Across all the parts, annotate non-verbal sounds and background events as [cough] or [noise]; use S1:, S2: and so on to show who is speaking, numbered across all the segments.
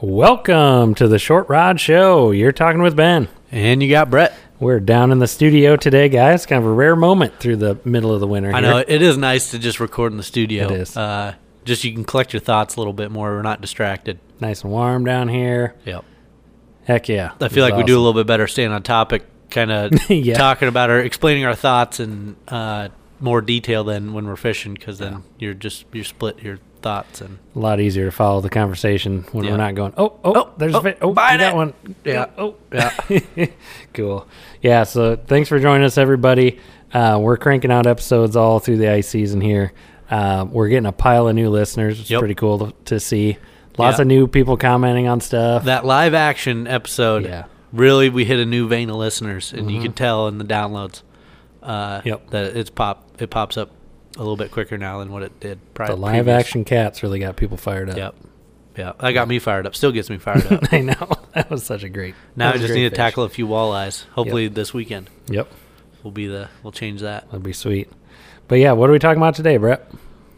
S1: Welcome to the Short Rod Show. You're talking with Ben.
S2: And you got Brett.
S1: We're down in the studio today, guys. Kind of a rare moment through the middle of the winter.
S2: I
S1: here.
S2: know it is nice to just record in the studio.
S1: It is.
S2: Uh, just you can collect your thoughts a little bit more. We're not distracted.
S1: Nice and warm down here.
S2: Yep.
S1: Heck yeah.
S2: I feel like we do a little bit better staying on topic, kind
S1: [laughs]
S2: of
S1: Yeah.
S2: talking about our explaining our thoughts in uh, more detail than when we're fishing, because then you're just you're split your thoughts and
S1: a lot easier to follow the conversation when
S2: Yeah.
S1: we're not going, oh, oh,
S2: Oh,
S1: there's
S2: oh,
S1: a fit. Oh,
S2: buying
S1: you got
S2: it.
S1: one.
S2: Yeah.
S1: Oh,
S2: yeah.
S1: [laughs] cool. Yeah. So thanks for joining us, everybody. Uh, we're cranking out episodes all through the ice season here. Uh, we're getting a pile of new listeners. It's
S2: Yep.
S1: pretty cool to, to see. Lots
S2: Yeah.
S1: of new people commenting on stuff.
S2: that live action episode.
S1: Yeah. Mm-hmm.
S2: Really, we hit a new vein of listeners, and you can tell in the downloads uh,
S1: Yep.
S2: that it's pop. It pops up a little bit quicker now than what it did. Prior,
S1: the live
S2: previous.
S1: action cats really got people fired up.
S2: Yep. Yeah, that got me fired up. Still gets me fired
S1: [laughs]
S2: up.
S1: I know. That was such a great.
S2: now
S1: that
S2: I
S1: was a
S2: just
S1: great
S2: need to
S1: fish.
S2: tackle a few walleyes. Hopefully this weekend
S1: Yep.
S2: will be the we'll change that.
S1: That'd be sweet. But yeah, what are we talking about today, Brett?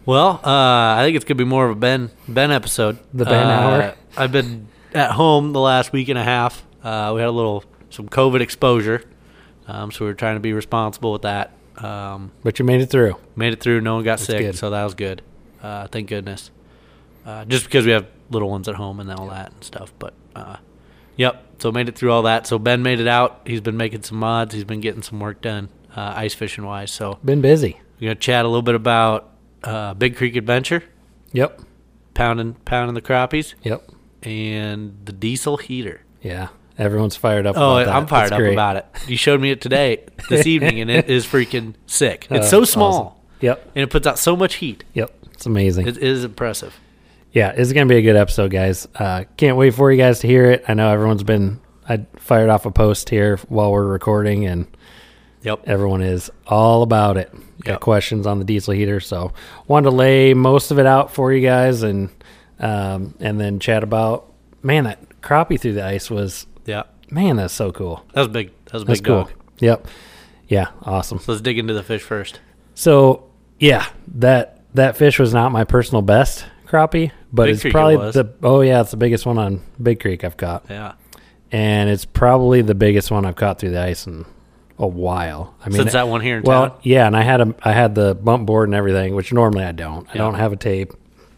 S2: Well, uh, I think it's gonna be more of a Ben Ben episode.
S1: The Ben
S2: Uh,
S1: hour.
S2: I've been at home the last week and a half. Uh, we had a little some COVID exposure, um, so we were trying to be responsible with that. Um,
S1: But you made it through.
S2: made it through. No one got sick,
S1: good.
S2: so that was good. Uh, thank goodness. Uh, just because we have little ones at home and all that and stuff, but uh, yep. So made it through all that. So Ben made it out. He's been making some mods. He's been getting some work done, uh, ice fishing wise. So
S1: Been busy.
S2: we're gonna chat a little bit about uh, Big Creek Adventure,
S1: Yep.
S2: pounding pounding the crappies,
S1: Yep.
S2: and the diesel heater.
S1: Yeah. Everyone's fired up.
S2: Oh,
S1: about that.
S2: I'm fired
S1: That's
S2: up
S1: great.
S2: about it. You showed me it today, this evening, and
S1: [laughs]
S2: it is freaking sick. It's
S1: Uh,
S2: so small,
S1: awesome. Yep.
S2: and it puts out so much heat.
S1: Yep. It's amazing.
S2: It is impressive.
S1: yeah, it's gonna be a good episode, guys. Uh, can't wait for you guys to hear it. I know everyone's been. I fired off a post here while we're recording, and
S2: Yep.
S1: everyone is all about it. Got
S2: Yep.
S1: questions on the diesel heater, so wanted to lay most of it out for you guys, and um, and then chat about man that crappie through the ice was
S2: Yeah.
S1: man that's so cool.
S2: That was big. That was a big
S1: That's cool.
S2: dog.
S1: Yep. Yeah. Awesome.
S2: So let's dig into the fish first.
S1: So yeah, that that fish was not my personal best crappie, but
S2: Big
S1: it's
S2: Creek it
S1: probably
S2: was.
S1: the oh yeah, it's the biggest one on Big Creek I've caught,
S2: Yeah.
S1: and it's probably the biggest one I've caught through the ice in a while. I mean,
S2: Since that one here in
S1: well,
S2: town?
S1: yeah, and I had a I had the bump board and everything, which normally I don't. I don't have a tape,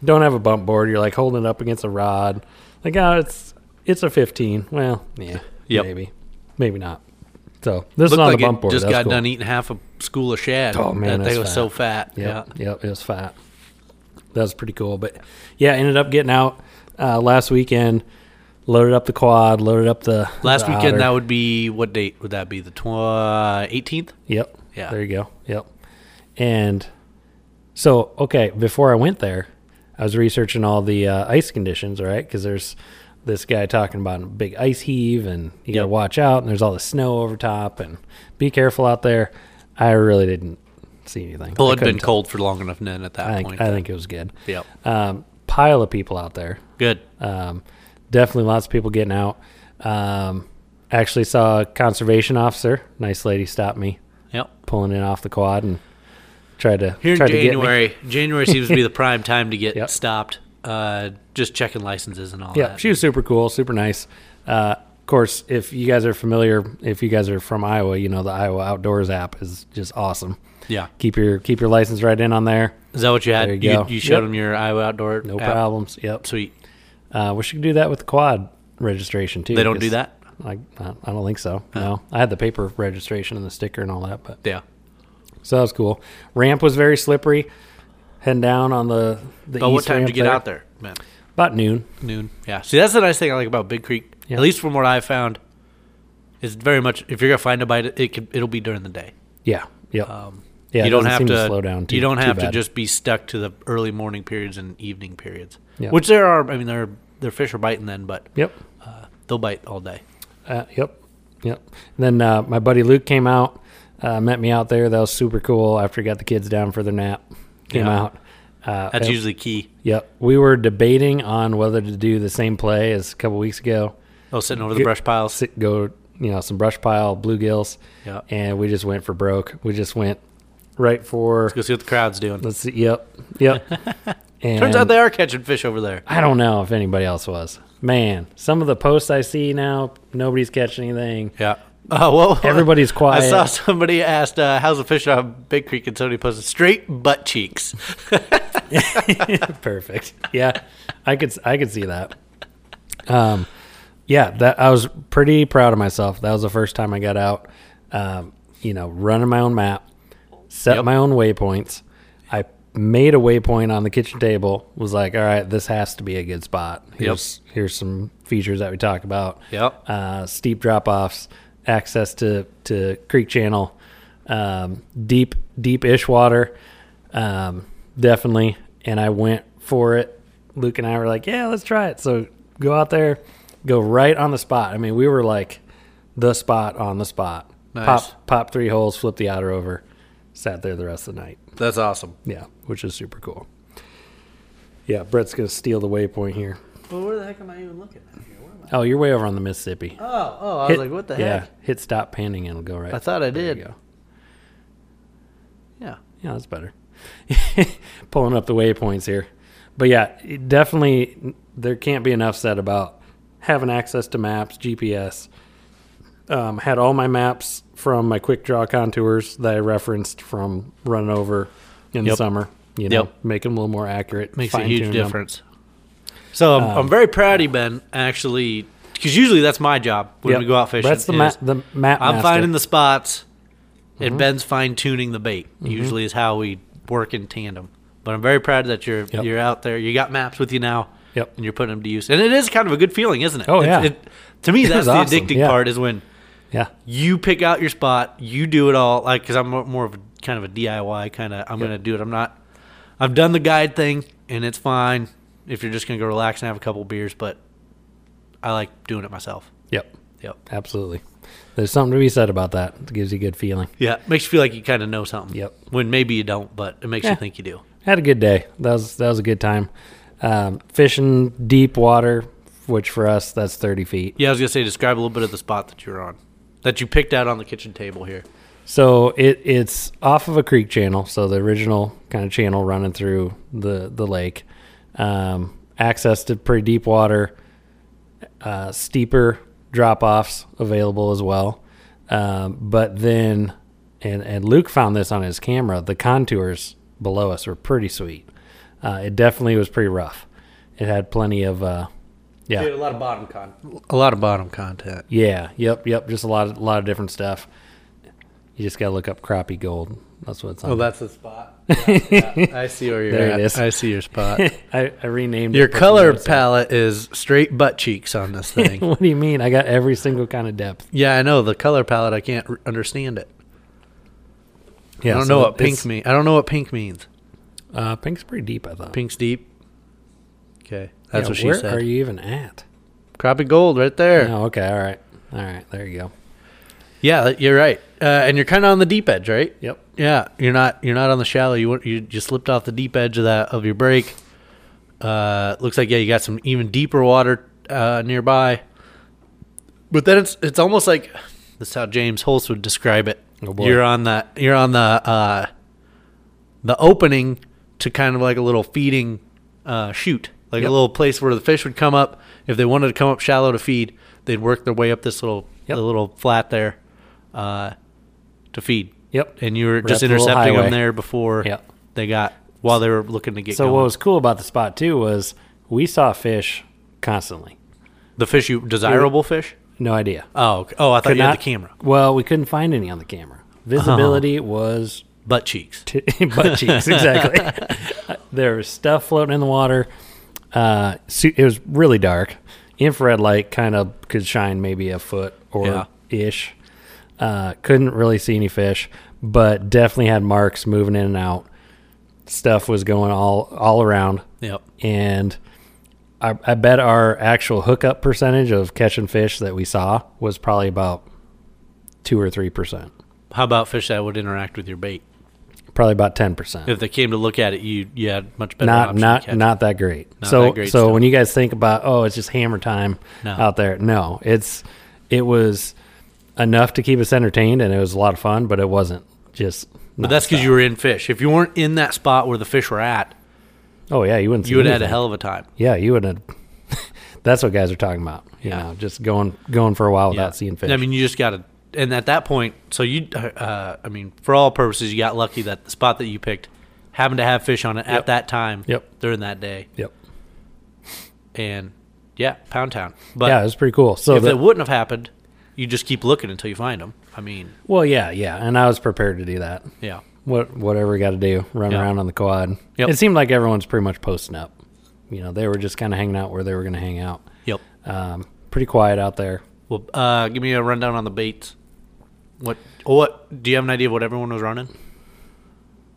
S1: don't have a bump board. You're like holding it up against a rod, like oh, it's it's a 15. Well, yeah,
S2: Yep.
S1: maybe, maybe not. So this is
S2: Looked
S1: on
S2: like
S1: the bump
S2: it
S1: board.
S2: just
S1: That's
S2: got
S1: cool.
S2: done eating half a school of shad.
S1: Oh, man,
S2: that
S1: that's
S2: thing was
S1: fat.
S2: so fat.
S1: Yep,
S2: Yeah.
S1: yep, it was fat. That was pretty cool. But yeah, ended up getting out uh, last weekend. Loaded up the quad. Loaded up the
S2: Last
S1: the
S2: weekend
S1: otter.
S2: that would be what date would that be? The tw- uh, eighteenth.
S1: Yep.
S2: Yeah.
S1: There you go. Yep. And so, okay, before I went there, I was researching all the uh, ice conditions, right? Because there's this guy talking about a big ice heave and you got to
S2: Yep.
S1: watch out and there's all the snow over top and be careful out there. I really didn't see anything.
S2: Well,
S1: I
S2: it'd been
S1: couldn't tell.
S2: cold for long enough then at that
S1: I think,
S2: point.
S1: I think it was good.
S2: Yep.
S1: Um, pile of people out there.
S2: Good.
S1: Um, definitely lots of people getting out. Um, actually saw a conservation officer. Nice lady stopped me
S2: Yep.
S1: pulling it off the quad and tried to
S2: Here in
S1: tried to get me.
S2: January, January
S1: [laughs]
S2: seems to be the prime time to get
S1: Yep.
S2: stopped. Uh, just checking licenses and all
S1: Yeah,
S2: that.
S1: she was super cool, super nice. Uh, of course, if you guys are familiar, if you guys are from Iowa, you know the Iowa Outdoors app is just awesome.
S2: yeah.
S1: Keep your keep your license right in on there.
S2: Is that what you had?
S1: There you go.
S2: You, showed
S1: Yep.
S2: them your Iowa outdoor.
S1: No
S2: app?
S1: problems. Yep.
S2: Sweet.
S1: Uh, wish you could do that with the quad registration too.
S2: They don't do
S1: 'cause
S2: that.
S1: I, I don't think so. No, I had the paper registration and the sticker and all that, but
S2: Yeah.
S1: so that was cool. Ramp was very slippery. Heading down on the the
S2: But what
S1: east
S2: time did
S1: ramp
S2: you get out there, man?
S1: About noon.
S2: noon. Yeah. See, that's the nice thing I like about Big Creek.
S1: Yeah.
S2: At least from what I found, is very much if you're gonna find a bite, it could it'll be during the day.
S1: Yeah. Yep.
S2: Um,
S1: Yeah, it
S2: you don't
S1: doesn't
S2: have
S1: seem
S2: to,
S1: to slow down too-
S2: you don't
S1: too
S2: have to
S1: bad.
S2: just be stuck to the early morning periods and evening periods,
S1: Yeah.
S2: which there are. I mean, there are, there are fish are biting then, but
S1: yep.
S2: uh, they'll bite all day.
S1: Uh, yep, yep. And then uh, my buddy Luke came out, uh, met me out there. That was super cool. After he got the kids down for their nap, came
S2: Yeah.
S1: out. Uh,
S2: That's
S1: and-
S2: usually key.
S1: Yep, we were debating on whether to do the same play as a couple weeks ago.
S2: Oh, sitting over the
S1: Good.
S2: brush piles.
S1: Sit, go, you know, some brush pile bluegills.
S2: Yeah.
S1: and we just went for broke. We just went right for
S2: Go see what the crowd's doing.
S1: Let's see. Yep. Yep. And
S2: [laughs] Turns out they are catching fish over there.
S1: I don't know if anybody else was. Man, some of the posts I see now, nobody's catching anything.
S2: Yeah. [laughs] Oh well.
S1: Everybody's quiet.
S2: [laughs] I saw somebody asked, uh, "How's the fish on Big Creek?" and somebody posted, "Straight butt cheeks." [laughs]
S1: [laughs] Perfect. Yeah, I could I could see that. Um, yeah, that I was pretty proud of myself. That was the first time I got out. Um, you know, running my own map, set
S2: Yep.
S1: my own waypoints. I made a waypoint on the kitchen table. Was like, all right, this has to be a good spot. Here's here's some features that we talk about.
S2: Yep.
S1: Uh, steep drop offs, access to to creek channel, um, deep deep ish water, um, definitely. And I went for it. Luke and I were like, yeah, let's try it. So go out there, go right on the spot. I mean, we were like the spot on the spot.
S2: Nice.
S1: Pop pop three holes, flip the outer over, sat there the rest of the night.
S2: That's awesome.
S1: Yeah, which is super cool. Yeah, Brett's gonna steal the waypoint here.
S2: Well, where the heck am I even looking at here? Where am I?
S1: Oh, you're way over on the Mississippi.
S2: Oh, oh! I was
S1: Hit-
S2: like, "What the
S1: yeah,
S2: heck?"
S1: hit stop panning and it'll go right.
S2: I thought I
S1: there
S2: did.
S1: you go.
S2: Yeah.
S1: Yeah, that's better. [laughs] Pulling up the waypoints here. But yeah, it definitely there can't be enough said about having access to maps, GPS. Um, had all my maps from my quick draw contours that I referenced from running over in the
S2: Yep.
S1: summer. You know,
S2: Yep.
S1: make them a little more accurate.
S2: makes a
S1: fine-tune
S2: huge
S1: them.
S2: difference. So
S1: Um,
S2: I'm, I'm very proud of you, Ben. Actually, because usually that's my job when
S1: Yep.
S2: we go out fishing.
S1: That's the,
S2: is
S1: ma- the map.
S2: I'm
S1: master. Mm-hmm.
S2: finding the spots, and Ben's fine tuning the bait. Usually is how we work in tandem. But I'm very proud that you're
S1: Yep.
S2: you're out there. You got maps with you now,
S1: Yep.
S2: and you're putting them to use. And it is kind of a good feeling, isn't it?
S1: Oh,
S2: It's-
S1: yeah.
S2: It, to me,
S1: It
S2: that's
S1: was
S2: the
S1: awesome,
S2: addicting
S1: yeah.
S2: part is when
S1: Yeah.
S2: you pick out your spot, you do it all. Like, because I'm more, more of a kind of a DIY kind of. I'm gonna do it. I'm not. I've done the guide thing, and it's fine if you're just gonna go relax and have a couple beers. But I like doing it myself.
S1: Yep.
S2: Yep.
S1: Absolutely. There's something to be said about that. It gives you a good feeling.
S2: Yeah, it makes you feel like you kind of know something.
S1: Yep.
S2: When maybe you don't, but it makes
S1: Yeah.
S2: you think you do.
S1: had a good day. That was that was a good time. Um, fishing deep water, which for us that's thirty feet.
S2: Yeah, I was gonna say describe a little bit of the spot that you're on, that you picked out on the kitchen table here.
S1: So it it's off of a creek channel, so the original kind of channel running through the the lake. Um, access to pretty deep water, uh, steeper drop offs available as well. Um, but then, and and Luke found this on his camera. The contours below us were pretty sweet. Uh, it definitely was pretty rough. It had plenty of uh, yeah,
S2: a lot of bottom con. A lot of bottom content.
S1: yeah, yep, yep. Just a lot, of, lot of different stuff. You just gotta look up crappie gold. That's what it's on.
S2: Oh, that's the spot. Yeah, yeah. I see where you're
S1: There it
S2: at.
S1: is.
S2: I see your
S1: [laughs]
S2: spot.
S1: [laughs] I, I renamed
S2: Your
S1: it, put
S2: color
S1: some notes in.
S2: palette is straight butt cheeks on this thing.
S1: [laughs] What do you mean? I got every single kind of depth.
S2: yeah, I know the color palette. I can't r- understand it.
S1: Yeah,
S2: I don't
S1: so
S2: know what
S1: it's-
S2: pink means. I don't know what pink means.
S1: Uh, pink's pretty deep, I thought.
S2: Pink's deep. Okay, that's
S1: Yeah,
S2: what she
S1: where
S2: said.
S1: Are you even at?
S2: Crappie gold right there.
S1: Oh, okay, all right, all right. There you go.
S2: Yeah, you're right. Uh, and you're kind of on the deep edge, right?
S1: Yep.
S2: Yeah, you're not you're not on the shallow. You weren't- you just slipped off the deep edge of that of your break. Uh, looks like yeah, you got some even deeper water uh, nearby. But then it's it's almost like this is how James Holst would describe it.
S1: Oh, boy.
S2: You're on the you're on the uh, the opening to kind of like a little feeding uh, chute, like
S1: Yep.
S2: a little place where the fish would come up if they wanted to come up shallow to feed. They'd work their way up this little
S1: Yep.
S2: the little flat there uh, to feed.
S1: Yep.
S2: And you were
S1: We're
S2: just
S1: at the little
S2: intercepting them
S1: highway.
S2: there before
S1: Yep.
S2: they got while they were looking to get
S1: So
S2: going.
S1: what was cool about the spot too was we saw fish constantly.
S2: the fish you desirable fish?
S1: No idea.
S2: Oh, okay. oh, I thought
S1: Could
S2: you had
S1: not-
S2: the camera. Uh-huh.
S1: Well, we couldn't find any on the camera. Visibility was
S2: Butt cheeks.
S1: t- [laughs] butt cheeks exactly [laughs] there was stuff floating in the water uh su- it was really dark infrared light kind of could shine maybe a foot or
S2: Yeah.
S1: ish uh couldn't really see any fish but definitely had marks moving in and out stuff was going all all around
S2: Yep.
S1: and I, I bet our actual hookup percentage of catching fish that we saw was probably about two or three percent
S2: How about fish that would interact with your bait?
S1: probably about 10 percent
S2: If they came to look at it, you you had much better
S1: not
S2: option to
S1: not
S2: catch
S1: not that great.
S2: Not
S1: so
S2: that great
S1: so
S2: still.
S1: when you guys think about oh it's just hammer time
S2: No.
S1: out there, no, it's it was enough to keep us entertained and it was a lot of fun, but it wasn't just.
S2: But that's because you were in fish. If you weren't in that spot where the fish were at,
S1: Oh yeah, you wouldn't.
S2: You would have had a
S1: anything.
S2: hell of a time.
S1: Yeah, you would have. [laughs] That's what guys are talking about. You
S2: Yeah.
S1: know, just going going for a while without seeing fish.
S2: I mean, you just got to. And at that point, so you, uh, I mean, for all purposes, you got lucky that the spot that you picked happened to have fish on it
S1: Yep.
S2: at that time
S1: Yep.
S2: during that day.
S1: yep.
S2: And yeah, Pound Town. But
S1: yeah, it was pretty cool. So
S2: if
S1: the-
S2: it wouldn't have happened, you just keep looking until you find them. I mean,
S1: well, yeah, yeah, and I was prepared to do that.
S2: yeah.
S1: What whatever got to do, run
S2: Yeah.
S1: around on the quad.
S2: Yep.
S1: It seemed like everyone's pretty much posting up. You know, they were just kind of hanging out where they were going to hang out.
S2: Yep.
S1: Um, pretty quiet out there.
S2: Well, uh, give me a rundown on the baits. What? What? Do you have an idea of what everyone was running?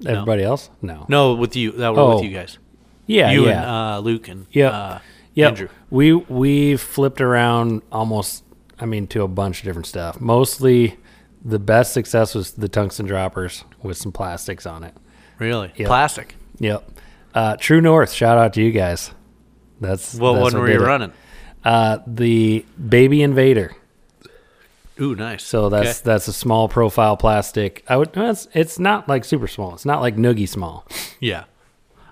S1: Everybody else? No.
S2: No, with you. That were
S1: Oh.
S2: with you guys.
S1: Yeah,
S2: you
S1: yeah.
S2: and uh, Luke and
S1: Yep.
S2: uh,
S1: Yep.
S2: Andrew.
S1: We we flipped around almost I mean to a bunch of different stuff. Mostly the best success was the tungsten droppers with some plastics on it.
S2: Really?
S1: Yep.
S2: Plastic.
S1: Yep. Uh, True North, shout out to you guys. That's
S2: What
S1: that's
S2: one were
S1: did
S2: you
S1: it.
S2: running?
S1: Uh, the Baby Invader.
S2: Ooh, nice.
S1: So that's
S2: Okay.
S1: that's a small profile plastic. I would well, it's, it's not like super small. It's not like noogie small.
S2: yeah.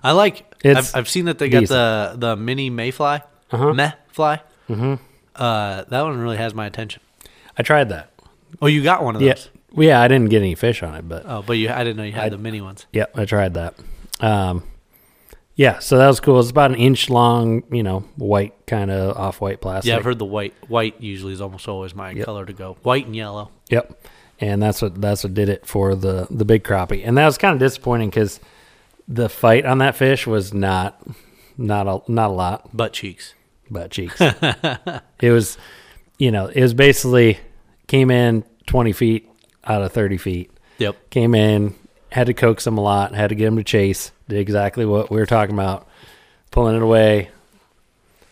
S2: I like.
S1: It's
S2: I've, I've seen that they got
S1: decent.
S2: the the mini mayfly,
S1: Uh-huh.
S2: meh fly. Mm-hmm. Uh, that one really has my attention.
S1: I tried that.
S2: Oh, you got one of those.
S1: Yes. Yeah. yeah, I didn't get any fish on it, but
S2: Oh, but you I didn't know you had
S1: I-
S2: the mini ones.
S1: Yep, I tried that. Um, yeah, so that was cool. It's about an inch long, you know, white kind of off-white plastic.
S2: Yeah, I've heard the white. White usually is almost always my color to go. White and yellow.
S1: Yep, and that's what that's what did it for the the big crappie. And that was kind of disappointing because the fight on that fish was not not a not a lot,
S2: Butt cheeks.
S1: butt cheeks. it was, you know, it was basically came in twenty feet out of thirty feet.
S2: Yep.
S1: came in, had to coax him a lot, had to get him to chase, did exactly what we were talking about, pulling it away.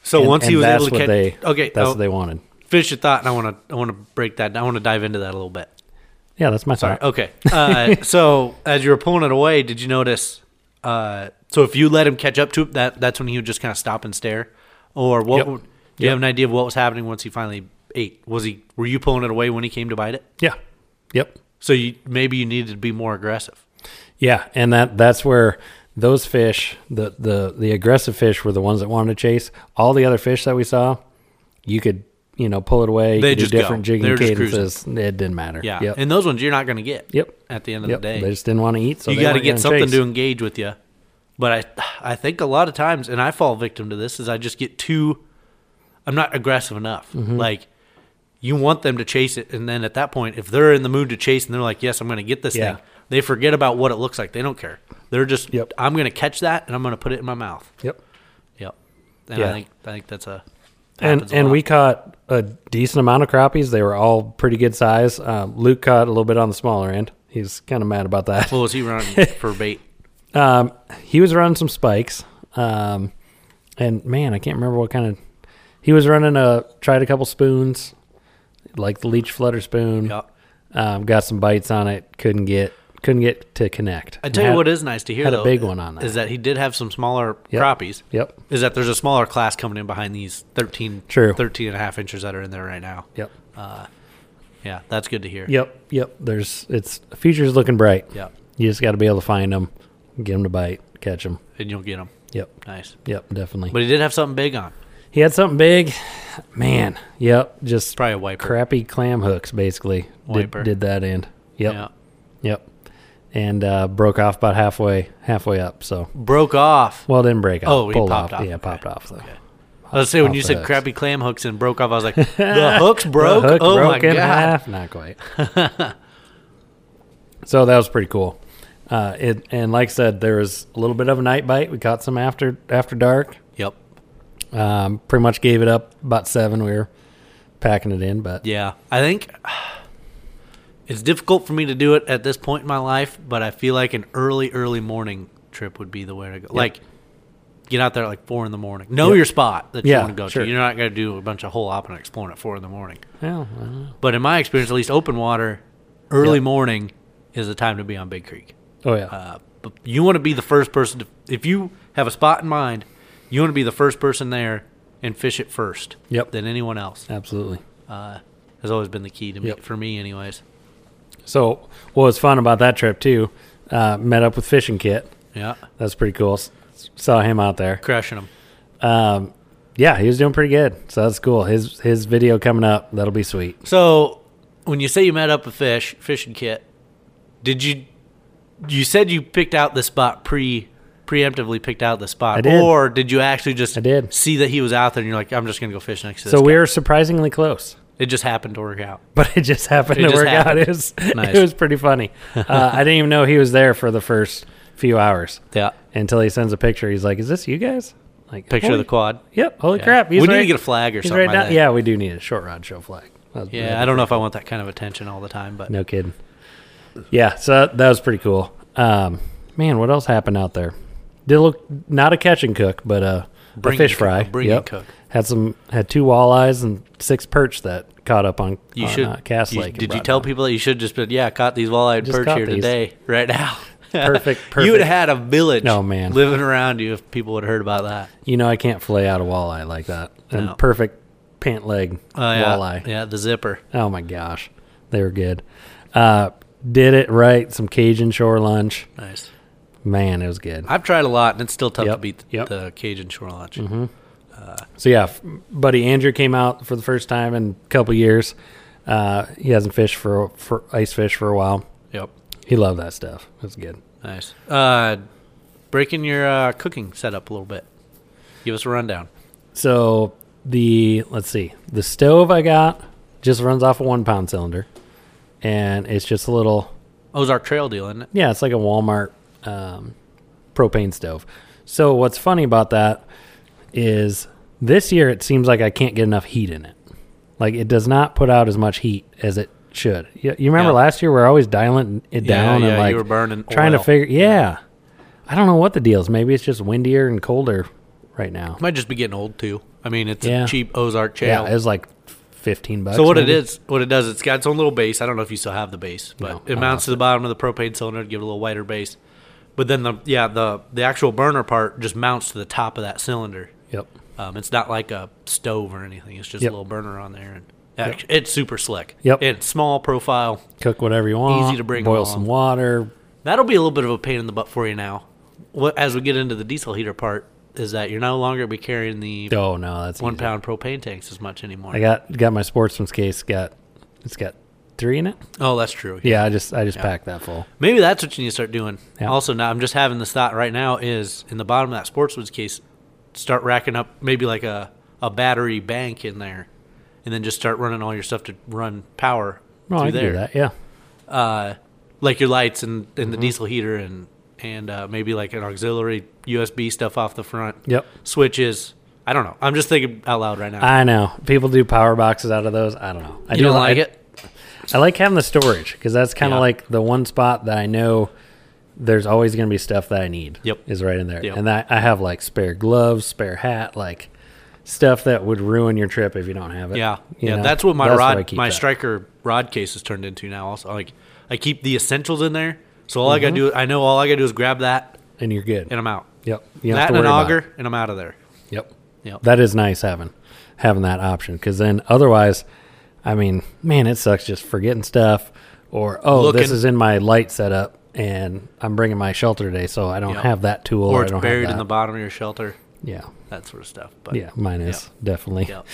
S2: So
S1: and-
S2: once he
S1: and
S2: was
S1: that's
S2: able to
S1: what
S2: catch.
S1: they,
S2: okay.
S1: that's
S2: oh,
S1: what they wanted.
S2: finish your thought, and I want to. I want to break that. down. I want to dive into that a little bit.
S1: Yeah, that's my
S2: Sorry.
S1: thought.
S2: Okay.
S1: [laughs]
S2: Uh, so as you were pulling it away, did you notice? Uh, so if you let him catch up to it, that, that's when he would just kind of stop and stare, or what?
S1: Yep.
S2: would- do you have an idea of what was happening once he finally ate? Was he? Were you pulling it away when he came to bite it?
S1: Yeah, yep,
S2: So you maybe you needed to be more aggressive.
S1: yeah, and that that's where those fish, the the the aggressive fish, were the ones that wanted to chase. All the other fish that we saw, you could you know pull it away. You
S2: They
S1: could
S2: just
S1: do
S2: go.
S1: different jigging
S2: They were just cruising.
S1: cadences. It didn't matter.
S2: Yeah.
S1: Yep.
S2: And those ones you're not going to get.
S1: Yep.
S2: At the end of
S1: yep.
S2: the day,
S1: They just didn't want to eat, so
S2: you
S1: they
S2: got to
S1: weren't
S2: get
S1: gonna
S2: something
S1: chase.
S2: to engage with you. But I, I think a lot of times, and I fall victim to this, is I just get too, I'm not aggressive enough.
S1: Mm-hmm.
S2: Like, you want them to chase it, and then at that point, if they're in the mood to chase and they're like, "Yes, I'm going to get this
S1: Yeah.
S2: thing," they forget about what it looks like. They don't care. They're just,
S1: Yep.
S2: "I'm going to catch that, and I'm going to put it in my mouth."
S1: Yep.
S2: Yep. And I
S1: Yeah.
S2: think I think that's a
S1: and
S2: happens a
S1: and
S2: lot.
S1: we caught a decent amount of crappies. They were all pretty good size. Um, Luke caught a little bit on the smaller end. He's kind of mad about that.
S2: [laughs] what was
S1: [laughs]
S2: he running for bait?
S1: Um, he was running some spikes. Um, and man, I can't remember what kind of. He was running a tried a couple spoons, like the leech flutter spoon.
S2: Yep.
S1: Um, got some bites on it. Couldn't get couldn't get to connect.
S2: I tell you what is nice to hear
S1: had a
S2: though,
S1: big one on that.
S2: is that he did have some smaller
S1: Yep.
S2: crappies.
S1: Yep.
S2: is that there's a smaller class coming in behind these 13,
S1: True.
S2: 13 and a half inches that are in there right now.
S1: Yep.
S2: Yeah, that's good to hear.
S1: Yep. Yep. There's it's future's looking bright.
S2: Yeah,
S1: You just got to be able to find them, get them to bite, catch them.
S2: and you'll get them.
S1: Yep.
S2: Nice.
S1: Yep, definitely.
S2: But he did have something big on.
S1: he had something big. Man, yep, just
S2: Probably a wiper.
S1: crappy clam hooks basically. Did,
S2: Wiper.
S1: did that end. Yep.
S2: Yeah.
S1: Yep. And uh, broke off about halfway halfway up, so
S2: Broke off.
S1: well it didn't break off.
S2: Oh, he
S1: Pulled
S2: popped off.
S1: Yeah,
S2: Okay.
S1: popped off though.
S2: I was saying when
S1: Off
S2: you
S1: the
S2: said
S1: hooks.
S2: crappy clam hooks and broke off, I
S1: [laughs]
S2: was like, the hooks broke.
S1: The hook
S2: oh
S1: broke
S2: my
S1: in
S2: god.
S1: half. Not quite. [laughs] so that was pretty cool. Uh, it and like I said, there was a little bit of a night bite. We caught some after after dark.
S2: Yep.
S1: Um, pretty much gave it up about seven. We were packing it in, but
S2: Yeah, I think it's difficult for me to do it at this point in my life, but I feel like an early, early morning trip would be the way to go. Like, get out there at like four in the morning. Know
S1: Yep.
S2: your spot that you
S1: Yeah,
S2: want to go
S1: sure.
S2: to. You're not going to do a bunch of hole hopping and exploring at four in the morning.
S1: well, I don't know.
S2: But in my experience, at least open water, early
S1: Yep.
S2: morning is the time to be on Big Creek.
S1: Oh yeah,
S2: Uh, but you want to be the first person to, if you have a spot in mind, you want to be the first person there and fish it first.
S1: Yep.
S2: Than anyone else
S1: absolutely.
S2: uh, has always been the key to me
S1: Yep.
S2: for me, anyways.
S1: So what was fun about that trip too? Uh, met up with Fishing Kit.
S2: Yeah,
S1: That's pretty cool. S- saw him out there.
S2: Crushing them.
S1: Um, yeah, he was doing pretty good. So that's cool. His his video coming up. That'll be sweet.
S2: So, when you say you met up with fish, fishing kit, did you? You said you picked out the spot pre preemptively picked out the spot,
S1: I did.
S2: or did you actually just
S1: I did.
S2: see that he was out there and you're like, I'm just gonna go fish next to this?
S1: So
S2: guy?
S1: we were surprisingly close, [laughs]
S2: It just happened to work out.
S1: but it just happened
S2: It
S1: to
S2: just
S1: work out.
S2: happened.
S1: It was [laughs]
S2: Nice.
S1: it was pretty
S2: [laughs]
S1: funny. Uh, I didn't even know he was there for the first few hours
S2: Yeah,
S1: until he sends a picture. He's like, "Is this you guys?" Like
S2: picture
S1: holy,
S2: of the quad.
S1: Yep. Holy
S2: Yeah.
S1: crap!
S2: We
S1: He's
S2: need to
S1: right-
S2: get a flag or
S1: he's right
S2: something. like
S1: down-
S2: that.
S1: Yeah, we do need a short rod show flag. That's-
S2: Yeah, I don't know if I want that kind of attention all the time, but
S1: No kidding. Yeah, so that was pretty cool. Um, man, what else happened out there? Did look not a catch and cook, but a, a
S2: Bring
S1: fish
S2: and cook-
S1: fry.
S2: a bring and cook.
S1: Had some had two walleyes and six perch that caught up on
S2: you
S1: on,
S2: should.
S1: uh, Cass
S2: you-
S1: Lake. and
S2: did you
S1: brought
S2: tell
S1: down.
S2: people that you should just been yeah, caught these walleye
S1: Just
S2: perch
S1: caught
S2: here
S1: these.
S2: today, [laughs] right now?
S1: Perfect,
S2: [laughs] you would
S1: perfect.
S2: have had a village.
S1: No, man.
S2: living around you if people would have heard about that.
S1: You know I can't fillet out a walleye like that. And
S2: No.
S1: perfect pant leg
S2: Oh yeah,
S1: walleye.
S2: yeah, the zipper.
S1: Oh my gosh, they were good. Uh, did it right. Some Cajun shore lunch.
S2: Nice.
S1: Man, it was good.
S2: I've tried a lot, and it's still tough to
S1: Yep,
S2: beat
S1: yep. Mm-hmm.
S2: the Cajun shore lunch.
S1: So yeah, f- buddy Andrew came out for the first time in a couple years. Uh, he hasn't fished for for ice fish for a while.
S2: Yep,
S1: He loved that stuff. It was good.
S2: nice. Uh, breaking your uh, cooking setup a little bit. Give us a rundown.
S1: So the let's see, the stove I got just runs off a one pound cylinder, and it's just a little
S2: Ozark Trail deal, isn't it?
S1: Yeah, it's like a Walmart um, propane stove. So what's funny about that is this year it seems like I can't get enough heat in it. Like it does not put out as much heat as it should. You, you remember
S2: Yeah.
S1: last year we are always dialing it
S2: Yeah,
S1: down
S2: yeah,
S1: and
S2: you
S1: like
S2: were burning
S1: trying
S2: oil.
S1: to figure. Yeah, I don't know what the deal is. Maybe it's just windier and colder right now.
S2: Might just be getting old too. I mean, it's
S1: Yeah.
S2: a cheap Ozark Trail.
S1: Yeah, it was like fifteen bucks.
S2: So what
S1: maybe.
S2: it is, what it does, it's got its own little base. I don't know if you still have the base,
S1: No,
S2: but
S1: I
S2: it mounts to the bottom of the propane cylinder to give it a little wider base. But then the yeah the the actual burner part just mounts to the top of that cylinder.
S1: Yep.
S2: Um, it's not like a stove or anything. It's just
S1: Yep.
S2: a little burner on there, and act- it's super slick.
S1: Yep.
S2: And it's small profile.
S1: Cook whatever you want.
S2: to bring
S1: Boil
S2: along.
S1: some water.
S2: That'll be a little bit of a pain in the butt for you now. What as we get into the diesel heater part is that you're no longer be carrying the one
S1: Oh no, that's
S2: one
S1: one pound.
S2: pound propane tanks as much anymore.
S1: I got got my sportsman's case. Got it's got three in it.
S2: oh, that's true.
S1: Yeah, I just I just packed that full.
S2: Maybe that's what you need to start doing.
S1: Yeah.
S2: Also, now I'm just having this thought right now is in the bottom of that sportsman's case, start racking up maybe like a, a battery bank in there, and then just start running all your stuff to run power
S1: No,
S2: through
S1: Oh, I can
S2: there,
S1: do that. Mm-hmm. Yeah,
S2: Uh, like your lights and, and the diesel heater and and uh, maybe like an auxiliary USB stuff off the front.
S1: Yep.
S2: Switches. I don't know. I'm just thinking out loud right now.
S1: I know people do power boxes out of those. I don't know. I
S2: you don't like
S1: I,
S2: it?
S1: I like having the storage because that's kind of
S2: Yeah.
S1: like the one spot that I know there's always going to be stuff that I need.
S2: Yep.
S1: is right in there,
S2: Yep.
S1: and I, I have like spare gloves, spare hat, like stuff that would ruin your trip if you don't have it.
S2: Yeah,
S1: You
S2: yeah.
S1: know?
S2: That's what my
S1: where I
S2: rod,
S1: keep
S2: my
S1: that.
S2: striker rod case has turned into now. Also, like I keep the essentials in there, so all I gotta
S1: Mm-hmm.
S2: do, I know all I gotta do is grab that
S1: and you're good.
S2: and I'm out.
S1: yep, you don't
S2: that
S1: have to
S2: and an
S1: worry about it.
S2: auger, and I'm out of there.
S1: Yep.
S2: Yep.
S1: That is nice having having that option because then otherwise, I mean, man, it sucks just forgetting stuff or oh, this
S2: Looking.
S1: is in my light setup and I'm bringing my shelter today, so I don't
S2: Yep.
S1: have that tool.
S2: or
S1: I
S2: it's
S1: don't
S2: buried
S1: have
S2: in the
S1: that.
S2: bottom of your shelter,
S1: yeah,
S2: that sort of stuff. But
S1: yeah, mine is definitely.
S2: Yep.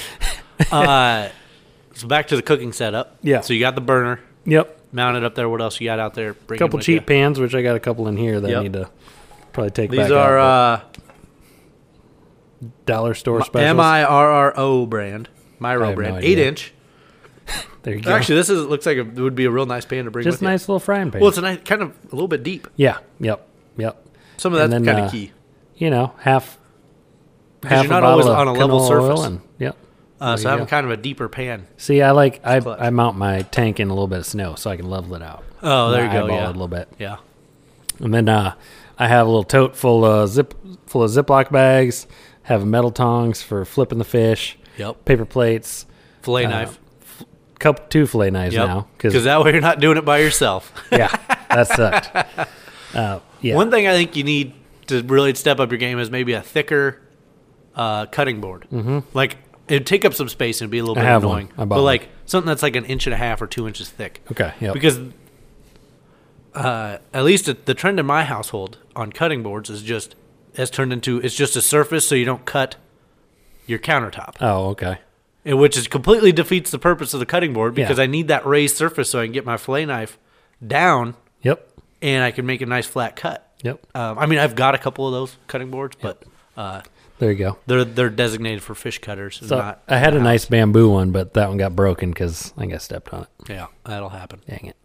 S2: uh, [laughs] so back to the cooking setup.
S1: Yeah.
S2: So you got the burner
S1: Yep,
S2: mounted up there. What else you got out there? Bring
S1: a
S2: it
S1: couple
S2: with
S1: cheap
S2: you.
S1: pans, which I got a couple in here that I
S2: Yep.
S1: need to probably take.
S2: These
S1: back
S2: are
S1: out,
S2: uh,
S1: but dollar store specials.
S2: M I R R O brand, Myro
S1: have
S2: brand,
S1: no
S2: eight
S1: idea.
S2: inch.
S1: There you go.
S2: Actually, this is looks like it would be a real nice pan to bring.
S1: just
S2: with you.
S1: nice little frying pan.
S2: Well, it's a nice, kind of a little bit deep.
S1: yeah. Yep. Yep.
S2: Some of
S1: And
S2: that's
S1: then,
S2: kind of
S1: uh,
S2: key.
S1: You know, half.
S2: you're not
S1: bottle
S2: always
S1: of
S2: on a level
S1: canola oil
S2: surface.
S1: and- yep.
S2: Uh, so
S1: you
S2: having
S1: go.
S2: kind of a deeper pan.
S1: See, I like I,
S2: clutch.
S1: I mount my tank in a little bit of snow so I can level it out.
S2: Oh, there
S1: And I
S2: you go.
S1: eyeball
S2: Yeah,
S1: it a little bit,
S2: Yeah,
S1: and then uh, I have a little tote full of zip full of Ziploc bags. Have metal tongs for flipping the fish.
S2: Yep.
S1: Paper plates.
S2: fillet
S1: uh,
S2: knife.
S1: Couple two fillet knives
S2: Yep.
S1: now
S2: because
S1: because
S2: that way you're not doing it by yourself.
S1: [laughs] yeah, that sucked.
S2: [laughs]
S1: Uh, yeah,
S2: One thing I think you need to really step up your game is maybe a thicker uh, cutting board. Mm-hmm. Like it'd take up some space and be a little
S1: I
S2: bit
S1: have one.
S2: annoying.
S1: I bought
S2: but
S1: one.
S2: like something that's like an inch and a half or two inches thick.
S1: okay, yeah,
S2: because uh, at least the- the trend in my household on cutting boards is just has turned into it's just a surface so you don't cut your countertop,
S1: Oh, okay.
S2: and which is completely defeats the purpose of the cutting board
S1: Yeah.
S2: because I need that raised surface so I can get my fillet knife down
S1: Yep.
S2: and I can make a nice flat cut.
S1: Yep.
S2: Um, I mean, I've got a couple of those cutting boards, but uh,
S1: There you go.
S2: they're they're designated for fish cutters. and
S1: So
S2: not,
S1: I had a nice bamboo one, but that one got broken because I think I stepped on it.
S2: yeah, that'll happen.
S1: Dang it.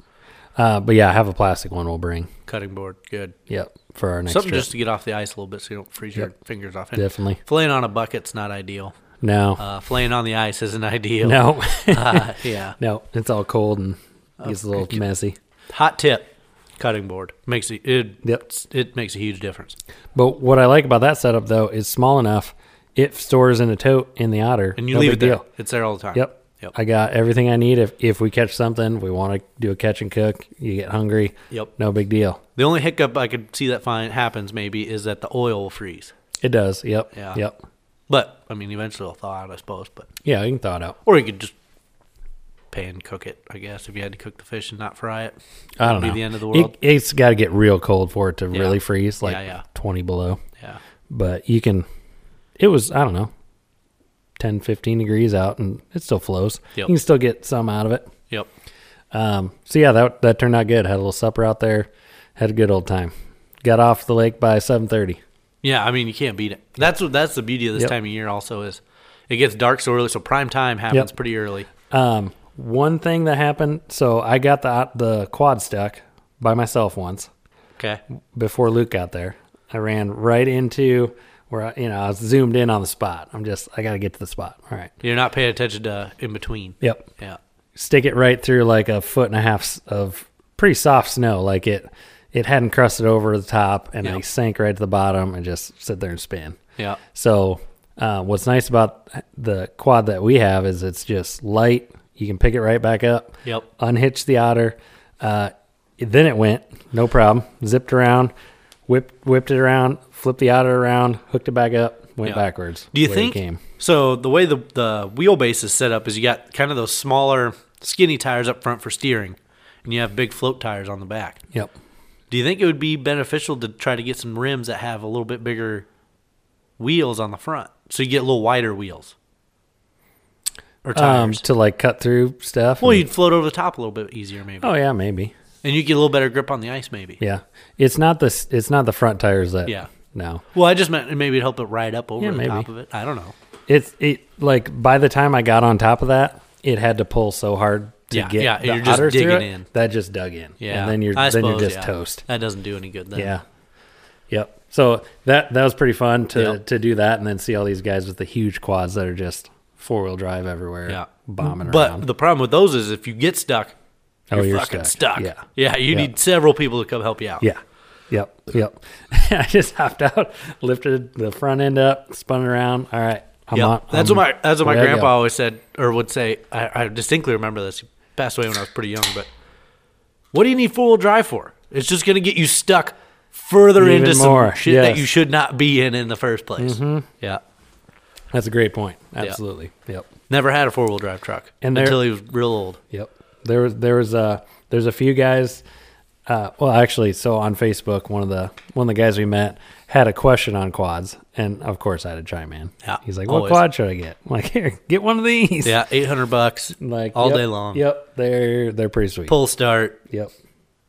S1: Uh, but yeah, I have a plastic one we'll bring.
S2: Cutting board, good.
S1: Yep. For our next
S2: Something
S1: trip.
S2: just to get off the ice a little bit so you don't freeze your fingers off. And
S1: Definitely.
S2: Flaying on a bucket's not ideal.
S1: No.
S2: Uh, flaying on the ice isn't [laughs]
S1: [laughs]
S2: ideal.
S1: no.
S2: Uh, yeah.
S1: [laughs] no. It's all cold and gets a little messy.
S2: Hot tip: cutting board makes it it,
S1: Yep.
S2: it makes a huge difference,
S1: But what I like about that setup though is small enough. It stores in a tote in the otter.
S2: and you
S1: No
S2: leave it
S1: big
S2: there.
S1: deal.
S2: It's there all the time.
S1: Yep.
S2: Yep.
S1: I got everything I need. If if we catch something, we want to do a catch and cook. You get hungry.
S2: Yep.
S1: No big deal.
S2: The only hiccup I could see that fine happens maybe is that the oil will freeze.
S1: It does. Yep.
S2: Yeah.
S1: Yep.
S2: But I mean, eventually it'll thaw out, I suppose. But
S1: Yeah, you can thaw it out.
S2: or you could just pan cook it, I guess, if you had to cook the fish and not fry it.
S1: I don't
S2: Be
S1: know.
S2: the end of the world.
S1: It, has got to get real cold for it to really freeze, like
S2: Yeah, yeah.
S1: 20 below.
S2: Yeah.
S1: But you can, it was, I don't know, 10, 15 degrees out and it still flows. You
S2: Yep.
S1: can still get some out of it.
S2: Yep.
S1: Um, so yeah, that, that turned out good. Had a little supper out there. Had a good old time. Got off the lake by 7.30.
S2: Yeah, I mean you can't beat it. That's what that's the beauty of this
S1: Yep.
S2: time of year also is it gets dark so early, so prime time happens
S1: Yep.
S2: pretty early.
S1: Um, one thing that happened, so I got the, the quad stuck by myself once.
S2: Okay.
S1: before Luke got there. I ran right into where I, you know I was zoomed in on the spot. I'm just I got to get to the spot. All right.
S2: You're not paying attention to in between.
S1: Yep.
S2: Yeah.
S1: Stick it right through like a foot and a half s- of pretty soft snow. Like it it hadn't crusted over the top, and I
S2: Yeah.
S1: sank right to the bottom and just sit there and spin.
S2: Yeah.
S1: So uh, what's nice about the quad that we have is it's just light. You can pick it right back up.
S2: Yep.
S1: Unhitch the otter. Uh, then it went, no problem. Zipped around, whipped whipped it around, flipped the otter around, hooked it back up, went
S2: Yeah.
S1: backwards.
S2: Do you
S1: where it
S2: think so? The way the the wheelbase is set up is you got kind of those smaller, skinny tires up front for steering, and you have big float tires on the back.
S1: Yep.
S2: Do you think it would be beneficial to try to get some rims that have a little bit bigger wheels on the front, so you get a little wider wheels or
S1: Um,
S2: tires?
S1: to like cut through stuff.
S2: well,
S1: and-
S2: you'd float over the top a little bit easier, maybe,
S1: oh yeah, maybe.
S2: and you get a little better grip on the ice, maybe.
S1: Yeah. It's not the s- it's not the front tires that.
S2: Yeah.
S1: No.
S2: Well, I just meant maybe it'd help it ride up over
S1: Yeah,
S2: the
S1: maybe.
S2: top of it. I don't know.
S1: It's it like by the time I got on top of that, it had to pull so hard to
S2: Yeah,
S1: get
S2: yeah,
S1: the
S2: you're just
S1: otter through
S2: digging
S1: it,
S2: in.
S1: That just dug in.
S2: Yeah,
S1: And then you're
S2: I
S1: then you're
S2: suppose,
S1: just
S2: yeah.
S1: toast.
S2: That doesn't do any good. Then.
S1: Yeah. Yep. So that that was pretty fun to
S2: Yep.
S1: to do that and then see all these guys with the huge quads that are just four wheel drive everywhere.
S2: Yeah.
S1: Bombing
S2: But
S1: around.
S2: the problem with those is if you get stuck,
S1: Oh,
S2: you're,
S1: you're
S2: fucking
S1: stuck.
S2: stuck.
S1: Yeah.
S2: Yeah. You
S1: Yeah.
S2: need several people to come help you out.
S1: Yeah. Yep. Yep. [laughs] I just hopped out, lifted the front end up, spun it around. All right. I'm
S2: Yeah.
S1: on.
S2: that's
S1: I'm-
S2: what my that's what my
S1: way I go.
S2: grandpa always said or would say. I, I distinctly remember this. He passed away when I was pretty young, but what do you need four wheel drive for? It's just gonna get you stuck further
S1: Even
S2: into
S1: more,
S2: some shit
S1: yes. Mm-hmm.
S2: that you should not be in in the first place. Yeah.
S1: That's a great point. Absolutely. Yep.
S2: Never had a four wheel drive truck
S1: And there-
S2: until he was real old.
S1: Yep. There was there was uh there's a few guys uh well actually so on Facebook one of the one of the guys we met had a question on quads and of course I had to chime in.
S2: Yeah,
S1: He's like, What
S2: always.
S1: quad should I get? I'm like, [laughs] here, get one of these.
S2: Yeah, eight hundred bucks
S1: Like
S2: all
S1: yep,
S2: day long.
S1: Yep. They're they're pretty sweet.
S2: Pull start,
S1: Yep.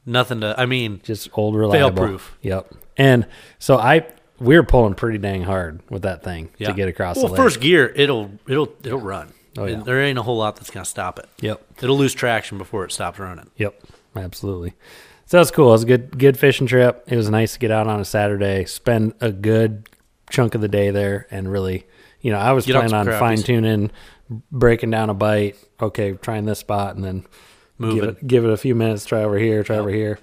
S2: nothing to I mean
S1: Just old reliable.
S2: proof.
S1: Yep. And so I we were pulling pretty dang hard with that thing
S2: yeah.
S1: to get across
S2: Well,
S1: the lake.
S2: first gear, it'll it'll it'll run.
S1: Oh, yeah.
S2: There ain't a whole lot that's gonna stop it.
S1: Yep.
S2: It'll lose traction before it stops running.
S1: Yep, absolutely. So that's cool. It was a good good fishing trip. It was nice to get out on a Saturday, spend a good chunk of the day there, and really, you know, I was
S2: Get out
S1: planning on
S2: some crappies.
S1: fine tuning, breaking down a bite. Okay, trying this spot, and then
S2: Move
S1: give
S2: it.
S1: it give it a few minutes. Try over here. Try over here.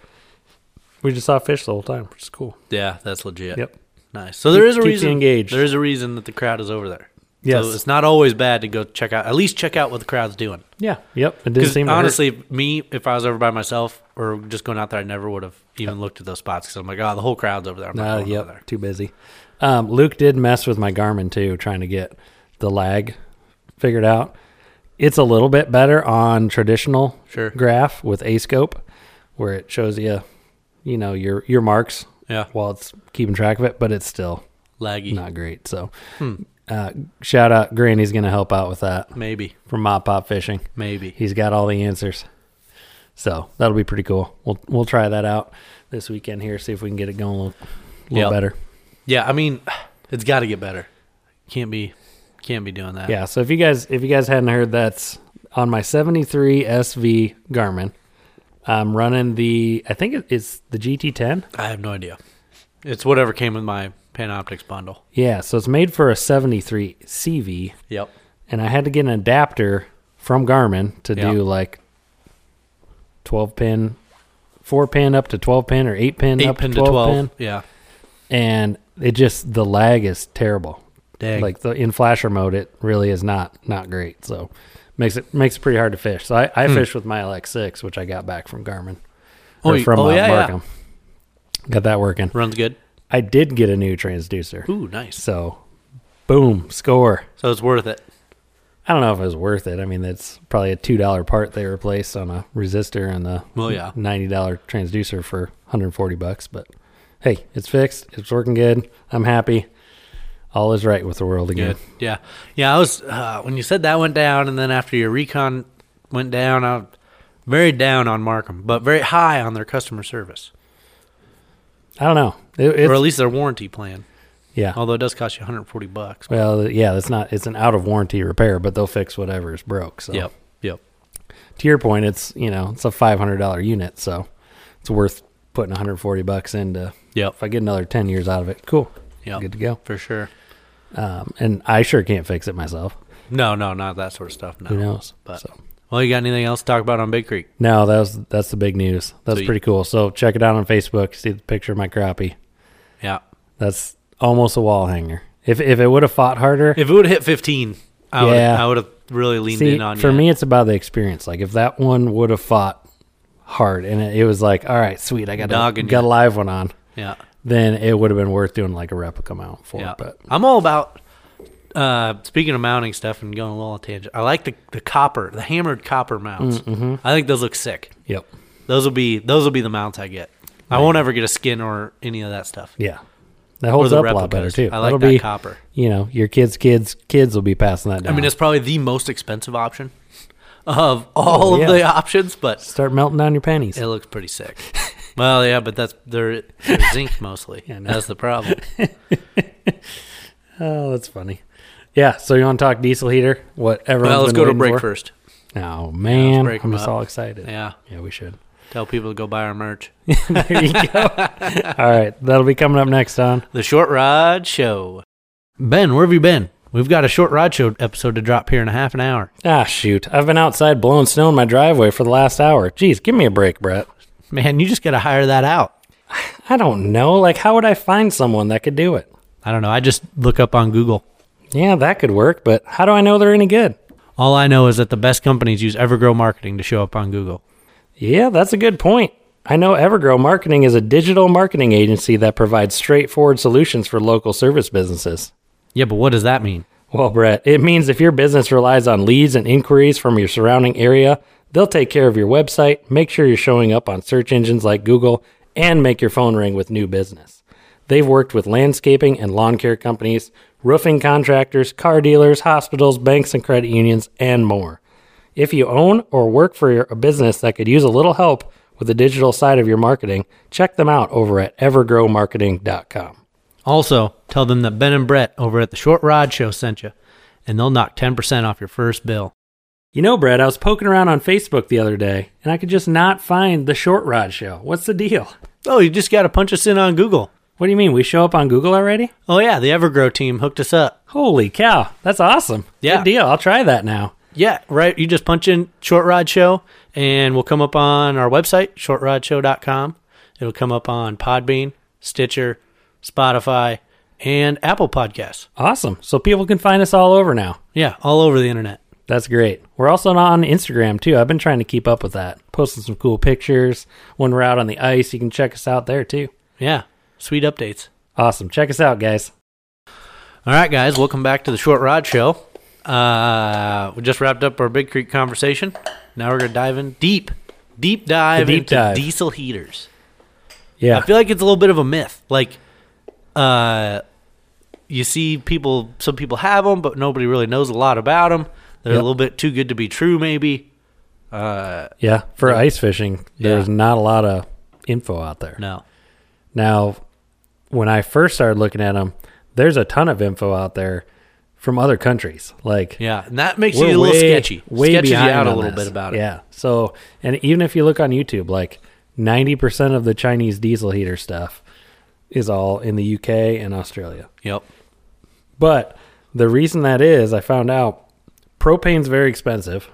S1: We just saw fish the whole time, which is cool.
S2: Yeah, that's legit.
S1: Yep.
S2: Nice. So there is a
S1: keeps you
S2: reason.
S1: engaged.
S2: There is a reason that the crowd is over there.
S1: Yes.
S2: So it's not always bad to go check out. At least check out what the crowd's doing.
S1: Yeah. Yep. It didn't
S2: Because
S1: seem to hurt.
S2: honestly, me, if I was over by myself or just going out there, I never would have even looked at those spots. Because I'm like, oh, the whole crowd's over there. I'm not
S1: Uh,
S2: going
S1: yep,
S2: over there.
S1: too busy. Um, Luke did mess with my Garmin too, trying to get the lag figured out. It's a little bit better on traditional
S2: Sure.
S1: graph with A scope, where it shows you, you know, your your marks
S2: Yeah.
S1: while it's keeping track of it, but it's still
S2: Laggy.
S1: not great. So,
S2: Hmm.
S1: uh, shout out Granny's going to help out with that
S2: Maybe.
S1: from Mop Pop Fishing.
S2: Maybe.
S1: He's got all the answers. So that'll be pretty cool. We'll we'll try that out this weekend here. See if we can get it going a little, little
S2: Yep.
S1: better.
S2: Yeah, I mean, [sighs] it's got to get better. Can't be, can't be doing that.
S1: Yeah. So if you guys if you guys hadn't heard, that's on my seventy three SV Garmin. I'm running the I think it- it's the GT10.
S2: I have no idea. It's whatever came with my Panoptics bundle.
S1: Yeah. So it's made for a seventy three CV,
S2: Yep.
S1: and I had to get an adapter from Garmin to
S2: Yeah.
S1: do like twelve pin, four pin up to twelve pin or eight pin
S2: Eight
S1: up
S2: pin
S1: to
S2: to twelve.
S1: pin.
S2: Yeah.
S1: and it just the lag is terrible.
S2: Dang.
S1: Like the in flasher mode, it really is not not great. So makes it makes it pretty hard to fish. So I, I fished with my LX6, which I got back from Garmin
S2: Hmm. Oh,
S1: or
S2: you-
S1: from
S2: oh,
S1: uh,
S2: yeah, yeah.
S1: Markham. Got that working.
S2: runs good.
S1: I did get a new transducer,
S2: Ooh, nice.
S1: so boom score.
S2: So it's worth it.
S1: I don't know if it was worth it. I mean, it's probably a two dollar part they replaced on a resistor and the
S2: Well, yeah.
S1: ninety dollar transducer for one hundred forty bucks. But hey, it's fixed. It's working good. I'm happy. All is right with the world again.
S2: Good. Yeah. Yeah. I was uh, when you said that went down, and then after your recon went down, I was very down on Markham, but very high on their customer service,
S1: I don't know. It, it's,
S2: or at least their warranty plan.
S1: yeah.
S2: Although it does cost you 140 bucks.
S1: well, yeah. It's not. It's an out of warranty repair, but they'll fix whatever is broke. So
S2: Yep. Yep.
S1: to your point, it's you know it's a five hundred dollar unit, so it's worth putting one hundred forty bucks into.
S2: Yep.
S1: If I get another ten years out of it, cool.
S2: Yep.
S1: Good to go.
S2: For sure.
S1: Um, and I sure can't fix it myself.
S2: No, no, not that sort of stuff. No.
S1: Who knows?
S2: But
S1: So.
S2: well, you got anything else to talk about on Big Creek?
S1: No, that was that's the big news. That's
S2: So you-
S1: pretty cool. So check it out on Facebook. See the picture of my crappie.
S2: Yeah.
S1: That's almost a wall hanger. If if it would have fought harder,
S2: If it would have hit 15, I would
S1: Yeah.
S2: I would have really leaned
S1: see,
S2: in on
S1: for
S2: you.
S1: me it's about the experience. Like if that one would have fought hard and it, it was like, all right, sweet, I got a,
S2: Dogging
S1: got a
S2: you.
S1: live one on,
S2: Yeah.
S1: then it would have been worth doing like a replica mount for.
S2: Yeah.
S1: But
S2: I'm all about uh speaking of mounting stuff and going a little tangent. I like the the copper, the hammered copper mounts.
S1: Mm, mm-hmm.
S2: I think those look sick.
S1: yep,
S2: Those will be those will be the mounts I get. I won't ever get a skin or any of that stuff.
S1: yeah, that holds
S2: the
S1: up a lot better
S2: replicas.
S1: too.
S2: I like
S1: That'll
S2: that
S1: be,
S2: copper.
S1: You know, your kids' kids' kids will be passing that down.
S2: I mean, it's probably the most expensive option of all
S1: Oh, yeah.
S2: of the options, but
S1: start melting down your panties.
S2: It looks pretty sick. [laughs] well, yeah, but that's they're, they're zinc mostly.
S1: Yeah, I know.
S2: That's the problem.
S1: Oh, that's funny. Yeah, so you want to talk diesel heater? What everyone's
S2: well, let's
S1: been
S2: go to
S1: waiting
S2: break
S1: for?
S2: first.
S1: Oh man,
S2: break
S1: I'm
S2: 'em
S1: just
S2: up.
S1: all excited. Yeah.
S2: Yeah,
S1: we should. [laughs]
S2: tell people to go buy our merch.
S1: there you go. all right, that'll be coming up next on.
S2: The Short Rod Show. Ben, where have you been? We've got a Short Rod Show episode to drop here in a half an hour.
S1: Ah, shoot, I've been outside blowing snow in my driveway for the last hour. Geez, give me a break, Brett.
S2: Man, you just got to hire that out.
S1: I don't know. Like, how would I find someone that could do it?
S2: I don't know. I just look up on Google.
S1: Yeah, that could work, but how do I know they're any good?
S2: All I know is that the best companies use Evergrow Marketing to show up on Google.
S1: Yeah, that's a good point. I know Evergrow Marketing is a digital marketing agency that provides straightforward solutions for local service businesses.
S2: Yeah, but what does that mean?
S1: Well, Brett, it means if your business relies on leads and inquiries from your surrounding area, they'll take care of your website, make sure you're showing up on search engines like Google, and make your phone ring with new business. They've worked with landscaping and lawn care companies, roofing contractors, car dealers, hospitals, banks and credit unions, and more. If you own or work for your, a business that could use a little help with the digital side of your marketing, check them out over at evergrowmarketing.com.
S2: Also, tell them that Ben and Brett over at the Short Rod Show sent you, and they'll knock 10% off your first bill.
S1: You know, Brad, I was poking around on Facebook the other day and I could just not find the short rod show. What's the deal?
S2: Oh, you just got to punch us in on Google.
S1: What do you mean? We show up on Google already?
S2: Oh, yeah, the Evergrow team hooked us up.
S1: Holy cow. That's awesome.
S2: Yeah.
S1: Good deal. I'll try that now.
S2: Yeah, right. You just punch in Short Rod Show, and we'll come up on our website, shortrodshow.com. It'll come up on Podbean, Stitcher, Spotify, and Apple Podcasts.
S1: Awesome. So people can find us all over now.
S2: Yeah, all over the internet.
S1: That's great. We're also on Instagram too. I've been trying to keep up with that. Posting some cool pictures. When we're out on the ice, you can check us out there too.
S2: Yeah, sweet updates.
S1: Awesome. Check us out, guys.
S2: All right, guys, welcome back to the Short Rod Show. Uh, we just wrapped up our Big Creek conversation. Now we're gonna dive in deep, deep dive
S1: The deep
S2: into
S1: dive.
S2: diesel heaters.
S1: Yeah.
S2: I feel like it's a little bit of a myth. Like, uh, you see people. Some people have them, but nobody really knows a lot about them. They're
S1: Yep.
S2: a little bit too good to be true, maybe. Uh,
S1: Yeah, for ice fishing, there's
S2: Yeah.
S1: not a lot of info out there.
S2: no.
S1: Now, when I first started looking at them, there's a ton of info out there from other countries. Like
S2: Yeah, and that makes
S1: we're
S2: you a little
S1: way-
S2: sketchy.
S1: Way
S2: Sketches you
S1: behind
S2: out a
S1: on
S2: little
S1: this.
S2: bit about it.
S1: Yeah. So, and even if you look on YouTube, like 90% of the Chinese diesel heater stuff is all in the UK and Australia.
S2: Yep.
S1: But the reason that is, I found out propane's very expensive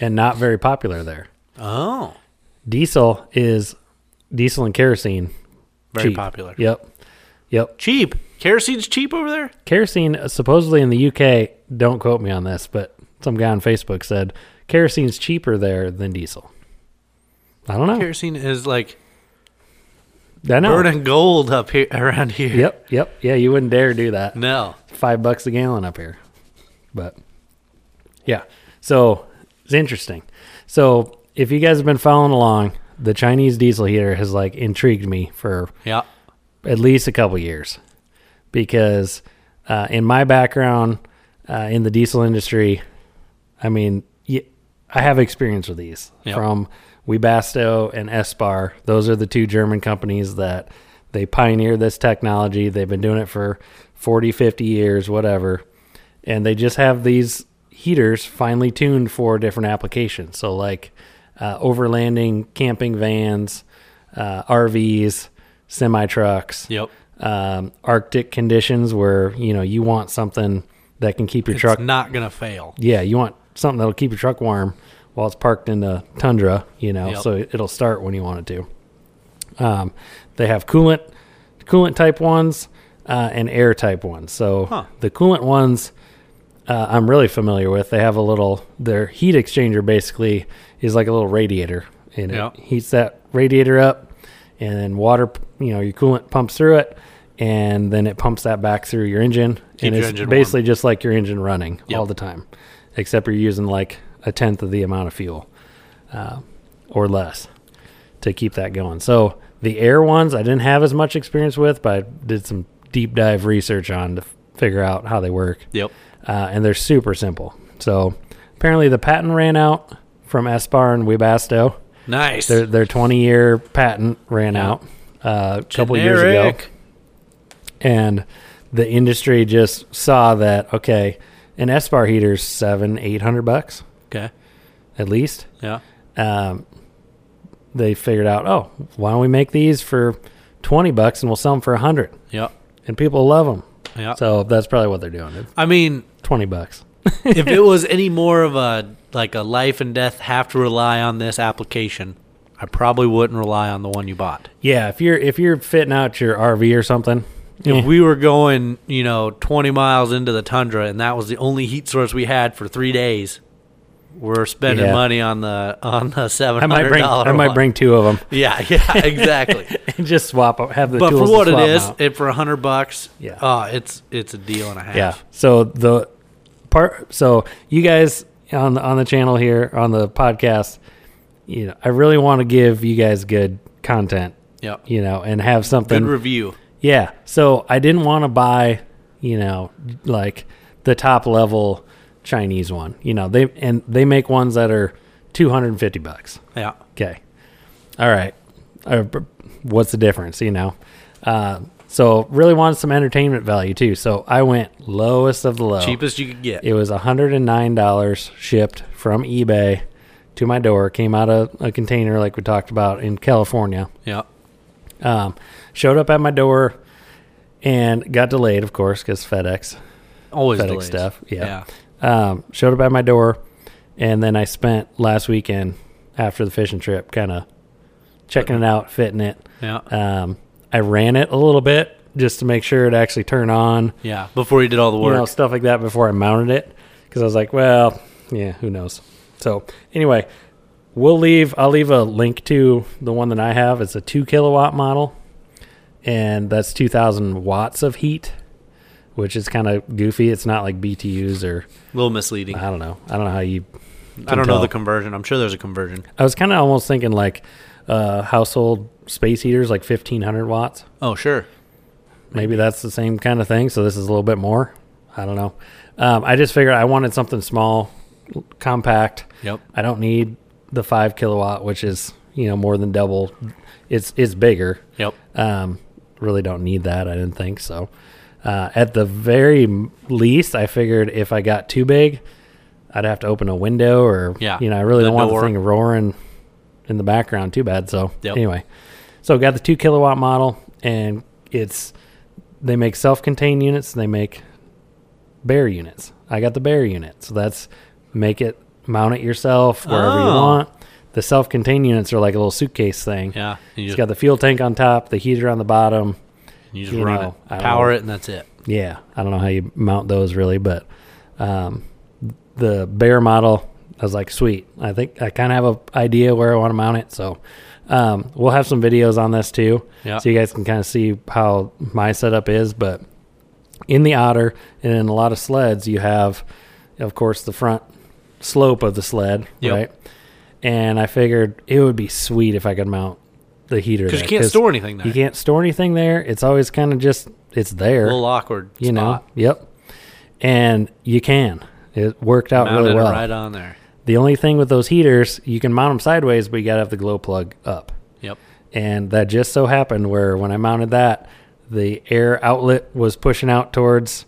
S1: and not very popular there.
S2: Oh,
S1: Diesel is diesel and kerosene.
S2: very
S1: cheap.
S2: popular.
S1: Yep. Yep.
S2: Cheap. Kerosene's cheap over there.
S1: kerosene uh, supposedly in the UK. Don't quote me on this, but some guy on Facebook said kerosene's cheaper there than diesel. I don't know.
S2: Kerosene is like
S1: I know.
S2: burning gold up here around here.
S1: Yep, yep, yeah. You wouldn't dare do that.
S2: No.
S1: Five bucks a gallon up here, but yeah. So it's interesting. So if you guys have been following along, the Chinese diesel heater has like intrigued me for
S2: Yeah.
S1: at least a couple years because uh, in my background uh, in the diesel industry, I mean, y- I have experience with these
S2: Yep.
S1: from Um, Webasto and Espar. Those are the two German companies that they pioneered this technology. They've been doing it for 40, 50 years, whatever. And they just have these heaters finely tuned for different applications. So, like uh, overlanding, camping vans, uh, RVs, semi trucks
S2: Yep.
S1: um, Arctic conditions where you know you want something that can keep your truck.
S2: It's not gonna fail.
S1: yeah, you want something that'll keep your truck warm while it's parked in the tundra. You know,
S2: Yep.
S1: so it'll start when you want it to. Um, they have coolant, coolant type ones, uh, and air type ones. So
S2: Huh.
S1: the coolant ones. Uh, I'm really familiar with. They have a little their heat exchanger basically is like a little radiator, and
S2: Yep.
S1: it heats that radiator up, and then water, you know, your coolant pumps through it, and then it pumps that back through your engine, and
S2: your
S1: it's
S2: engine warm.
S1: basically just like your engine running
S2: Yep.
S1: all the time, except you're using like a tenth of the amount of fuel, uh, or less, to keep that going. So the air ones I didn't have as much experience with, but I did some deep dive research on to f- figure out how they work
S2: Yep.
S1: uh, and they're super simple. So apparently the patent ran out from Espar and Webasto.
S2: Nice.
S1: Their their 20 year patent ran
S2: Yeah.
S1: out uh, a couple years ago,
S2: Generic.
S1: and the industry just saw that okay, an Espar heater's seven eight hundred bucks
S2: Okay.
S1: at least.
S2: Yeah.
S1: Um, they figured out oh why don't we make these for 20 bucks and we'll sell them for 100
S2: Yep.
S1: and people love them.
S2: Yeah.
S1: So that's probably what they're doing. It's
S2: I mean,
S1: 20 bucks.
S2: if it was any more of a like a life and death have to rely on this application, I probably wouldn't rely on the one you bought.
S1: Yeah, if you're if you're fitting out your RV or something, eh,
S2: If we were going, you know, 20 miles into the tundra and that was the only heat source we had for 3 days, we're spending
S1: Yeah.
S2: money on the on the $700
S1: I might bring I might
S2: one.
S1: bring two of them
S2: [laughs] Yeah,
S1: [laughs]
S2: yeah, exactly.
S1: and [laughs] just swap up, have the
S2: but
S1: tools
S2: for
S1: to
S2: what it
S1: swap
S2: is,
S1: out.
S2: it for a 100 bucks,
S1: Yeah.
S2: oh, it's it's a deal and a half.
S1: yeah. So the part, so you guys on the, on the channel here on the podcast, you know, I really want to give you guys good content,
S2: Yep.
S1: you know, and have
S2: Good
S1: something.
S2: review.
S1: yeah. So I didn't want to buy, you know, like the top level Chinese one. You know, they and they make ones that are two hundred and fifty bucks.
S2: Yeah.
S1: Okay. All right. Uh, b- what's the difference, you know? Uh, so really wanted some entertainment value too. So I went lowest of the low.
S2: Cheapest you could get.
S1: It was $109 shipped from eBay to my door. Came out of a container like we talked about in California.
S2: Yeah.
S1: Um, showed up at my door and got delayed, of course, because FedEx
S2: Always
S1: FedEx
S2: delays.
S1: stuff, yeah. um, showed up at my door, and then I spent last weekend after the fishing trip, kind of checking it out, fitting it.
S2: Yeah. Yeah.
S1: Um, I ran it a little bit just to make sure it actually turned on,
S2: yeah. Before you did all the
S1: you know,
S2: work.
S1: stuff like that before I mounted it, because I was like, well, yeah, who knows. So anyway, we'll leave. I'll leave a link to the one that I have. It's a two kilowatt model, and that's two thousand watts of heat. Which is kind of goofy. It's not like BTUs or
S2: a little misleading.
S1: I don't know. I don't know how you.
S2: I don't
S1: tell.
S2: know the conversion. I'm sure there's a conversion.
S1: I was kind of almost thinking like uh, household space heaters, like fifteen hundred watts.
S2: Oh, sure.
S1: Maybe that's the same kind of thing. So this is a little bit more. I don't know. Um, I just figured I wanted something small, compact.
S2: Yep.
S1: I don't need the five kilowatt, which is you know more than double. It's it's bigger.
S2: Yep.
S1: Um, really don't need that. I didn't think so. Uh, at the very m- least, I figured if I got too big, I'd have to open a window or
S2: Yeah,
S1: you know I really
S2: the
S1: don't want
S2: door.
S1: the thing roaring in the background too bad. So
S2: Yep.
S1: anyway, so got the two kilowatt model, and it's they make self-contained units and they make bear units. I got the bear unit, so that's make it mount it yourself wherever you
S2: Oh.
S1: want. The self-contained units are like a little suitcase thing.
S2: Yeah. You
S1: It's
S2: just,
S1: got the fuel tank on top, the heater on the bottom.
S2: you just
S1: you
S2: run
S1: know, I
S2: it,
S1: don't
S2: power
S1: know.
S2: it, and that's it.
S1: Yeah, I don't know how you mount those really, but um, the bear model, I was like, sweet. I think I kind of have a idea where I want to mount it, so um, we'll have some videos on this too,
S2: Yeah.
S1: so you guys can kind of see how my setup is. But in the otter and in a lot of sleds, you have, of course, the front slope of the sled,
S2: Yep.
S1: right? And I figured it would be sweet if I could mount the heater
S2: Because
S1: there,
S2: you can't store anything there.
S1: You can't store anything there. It's always kind of just it's
S2: A
S1: there
S2: little awkward.
S1: you
S2: spot.
S1: know yep and you can it worked out
S2: Mounted
S1: really
S2: it
S1: well
S2: right on there.
S1: the only thing with those heaters you can mount them sideways but you gotta have the glow plug up
S2: Yep.
S1: and that just so happened where when i mounted that the air outlet was pushing out towards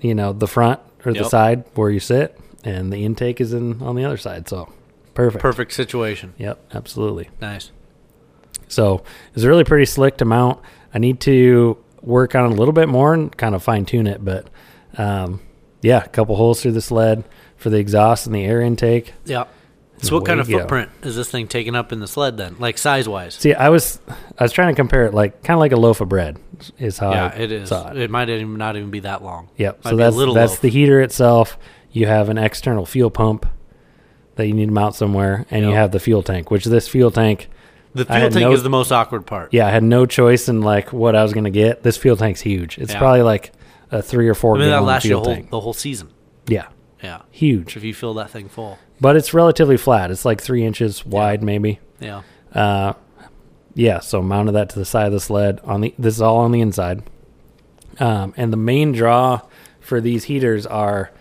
S1: you know the front or the
S2: Yep.
S1: side where you sit and the intake is in on the other side so perfect
S2: Perfect situation.
S1: yep absolutely
S2: Nice.
S1: so it's really pretty slick to mount. I need to work on it a little bit more and kind of fine tune it, but um, yeah, a couple holes through the sled for the exhaust and the air intake.
S2: Yeah. So what
S1: Way
S2: kind of
S1: to go.
S2: footprint is this thing taking up in the sled then? Like size wise?
S1: See, I was I was trying to compare it like kind of like a loaf of bread is how
S2: Yeah,
S1: I
S2: it is.
S1: saw it.
S2: It might even not even be that long.
S1: Yep.
S2: Might
S1: so
S2: be a
S1: that's
S2: little
S1: that's
S2: loaf.
S1: the heater itself. You have an external fuel pump that you need to mount somewhere, and you
S2: Yep.
S1: have the fuel tank, which this fuel tank.
S2: The
S1: I
S2: fuel
S1: had
S2: tank
S1: no-
S2: is the most awkward part.
S1: Yeah, I had no choice in like what I was gonna get. This fuel tank's huge. It's
S2: Yeah.
S1: probably like a three or four
S2: I mean that
S1: gallon
S2: lasts you the
S1: fuel
S2: whole
S1: tank.
S2: the whole season.
S1: Yeah,
S2: Yeah.
S1: huge.
S2: If you fill that thing full.
S1: But it's relatively flat. It's like three inches wide, maybe.
S2: Yeah.
S1: Uh, yeah. So mounted that to the side of the sled. On the this is all on the inside. Um, and the main draw for these heaters are,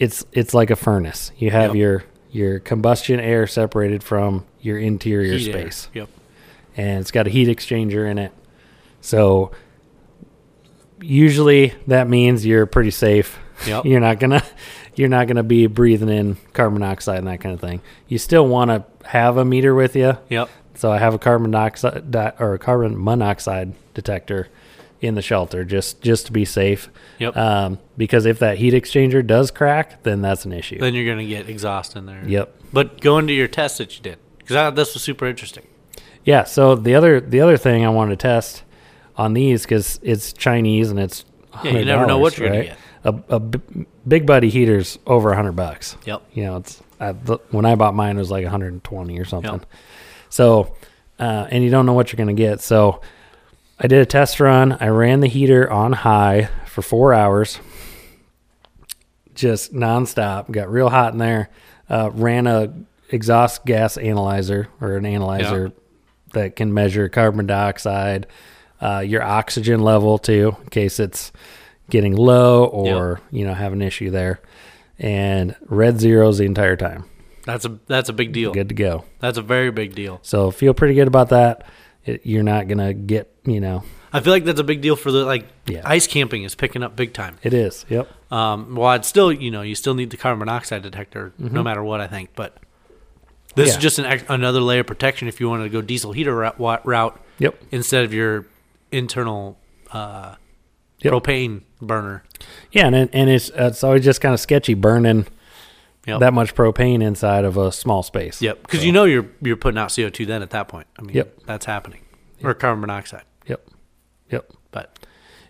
S1: it's it's like a furnace. You have
S2: Yep.
S1: your your combustion air separated from your interior
S2: Heat air.
S1: space,
S2: Yep.
S1: and it's got a heat exchanger in it. So usually that means you're pretty safe. [laughs]
S2: Yep.
S1: you're not gonna you're not gonna be breathing in carbon monoxide and that kind of thing. You still want to have a meter with you.
S2: Yep.
S1: So I have a carbon dioxide di- or a carbon monoxide detector in the shelter just just to be safe.
S2: Yep.
S1: Um, because if that heat exchanger does crack, then that's an issue.
S2: Then you're gonna get exhaust in there.
S1: yep.
S2: But go into your test that you did because this was super interesting.
S1: Yeah. So the other the other thing I want to test on these because it's Chinese and it's
S2: Yeah, you never know
S1: $100,
S2: what you're gonna
S1: right? A, a b- big buddy heater's over a hundred bucks.
S2: Yep.
S1: You know, it's I, the, when I bought mine it was like 120 or something.
S2: Yep.
S1: So, uh, and you don't know what you're gonna get. So, I did a test run. I ran the heater on high for four hours, just nonstop. Got real hot in there. Uh, ran a exhaust gas analyzer or an analyzer that can measure carbon dioxide, uh, your oxygen level too, in case it's getting low or you know have an issue there. And red zeros the entire time.
S2: That's a that's a big deal.
S1: Good to go.
S2: That's a very big deal.
S1: So feel pretty good about that. It, you're not gonna get you know
S2: I feel like that's a big deal for the like
S1: Yeah.
S2: ice camping is picking up big time.
S1: it is. Yep.
S2: Um, well, it's still you know you still need the carbon monoxide detector no matter what I think, but this
S1: Mm-hmm. Yeah.
S2: is just an ex- another layer of protection if you wanted to go diesel heater route, wa- route
S1: Yep.
S2: instead of your internal uh,
S1: Yep.
S2: propane burner.
S1: Yeah, and it- and it's it's always just kind of sketchy burning
S2: Yep.
S1: that much propane inside of a small space.
S2: yep. Because you know you're you're putting out CO two then at that point. I mean,
S1: Yep.
S2: that's happening or carbon monoxide.
S1: Yep. Yep.
S2: But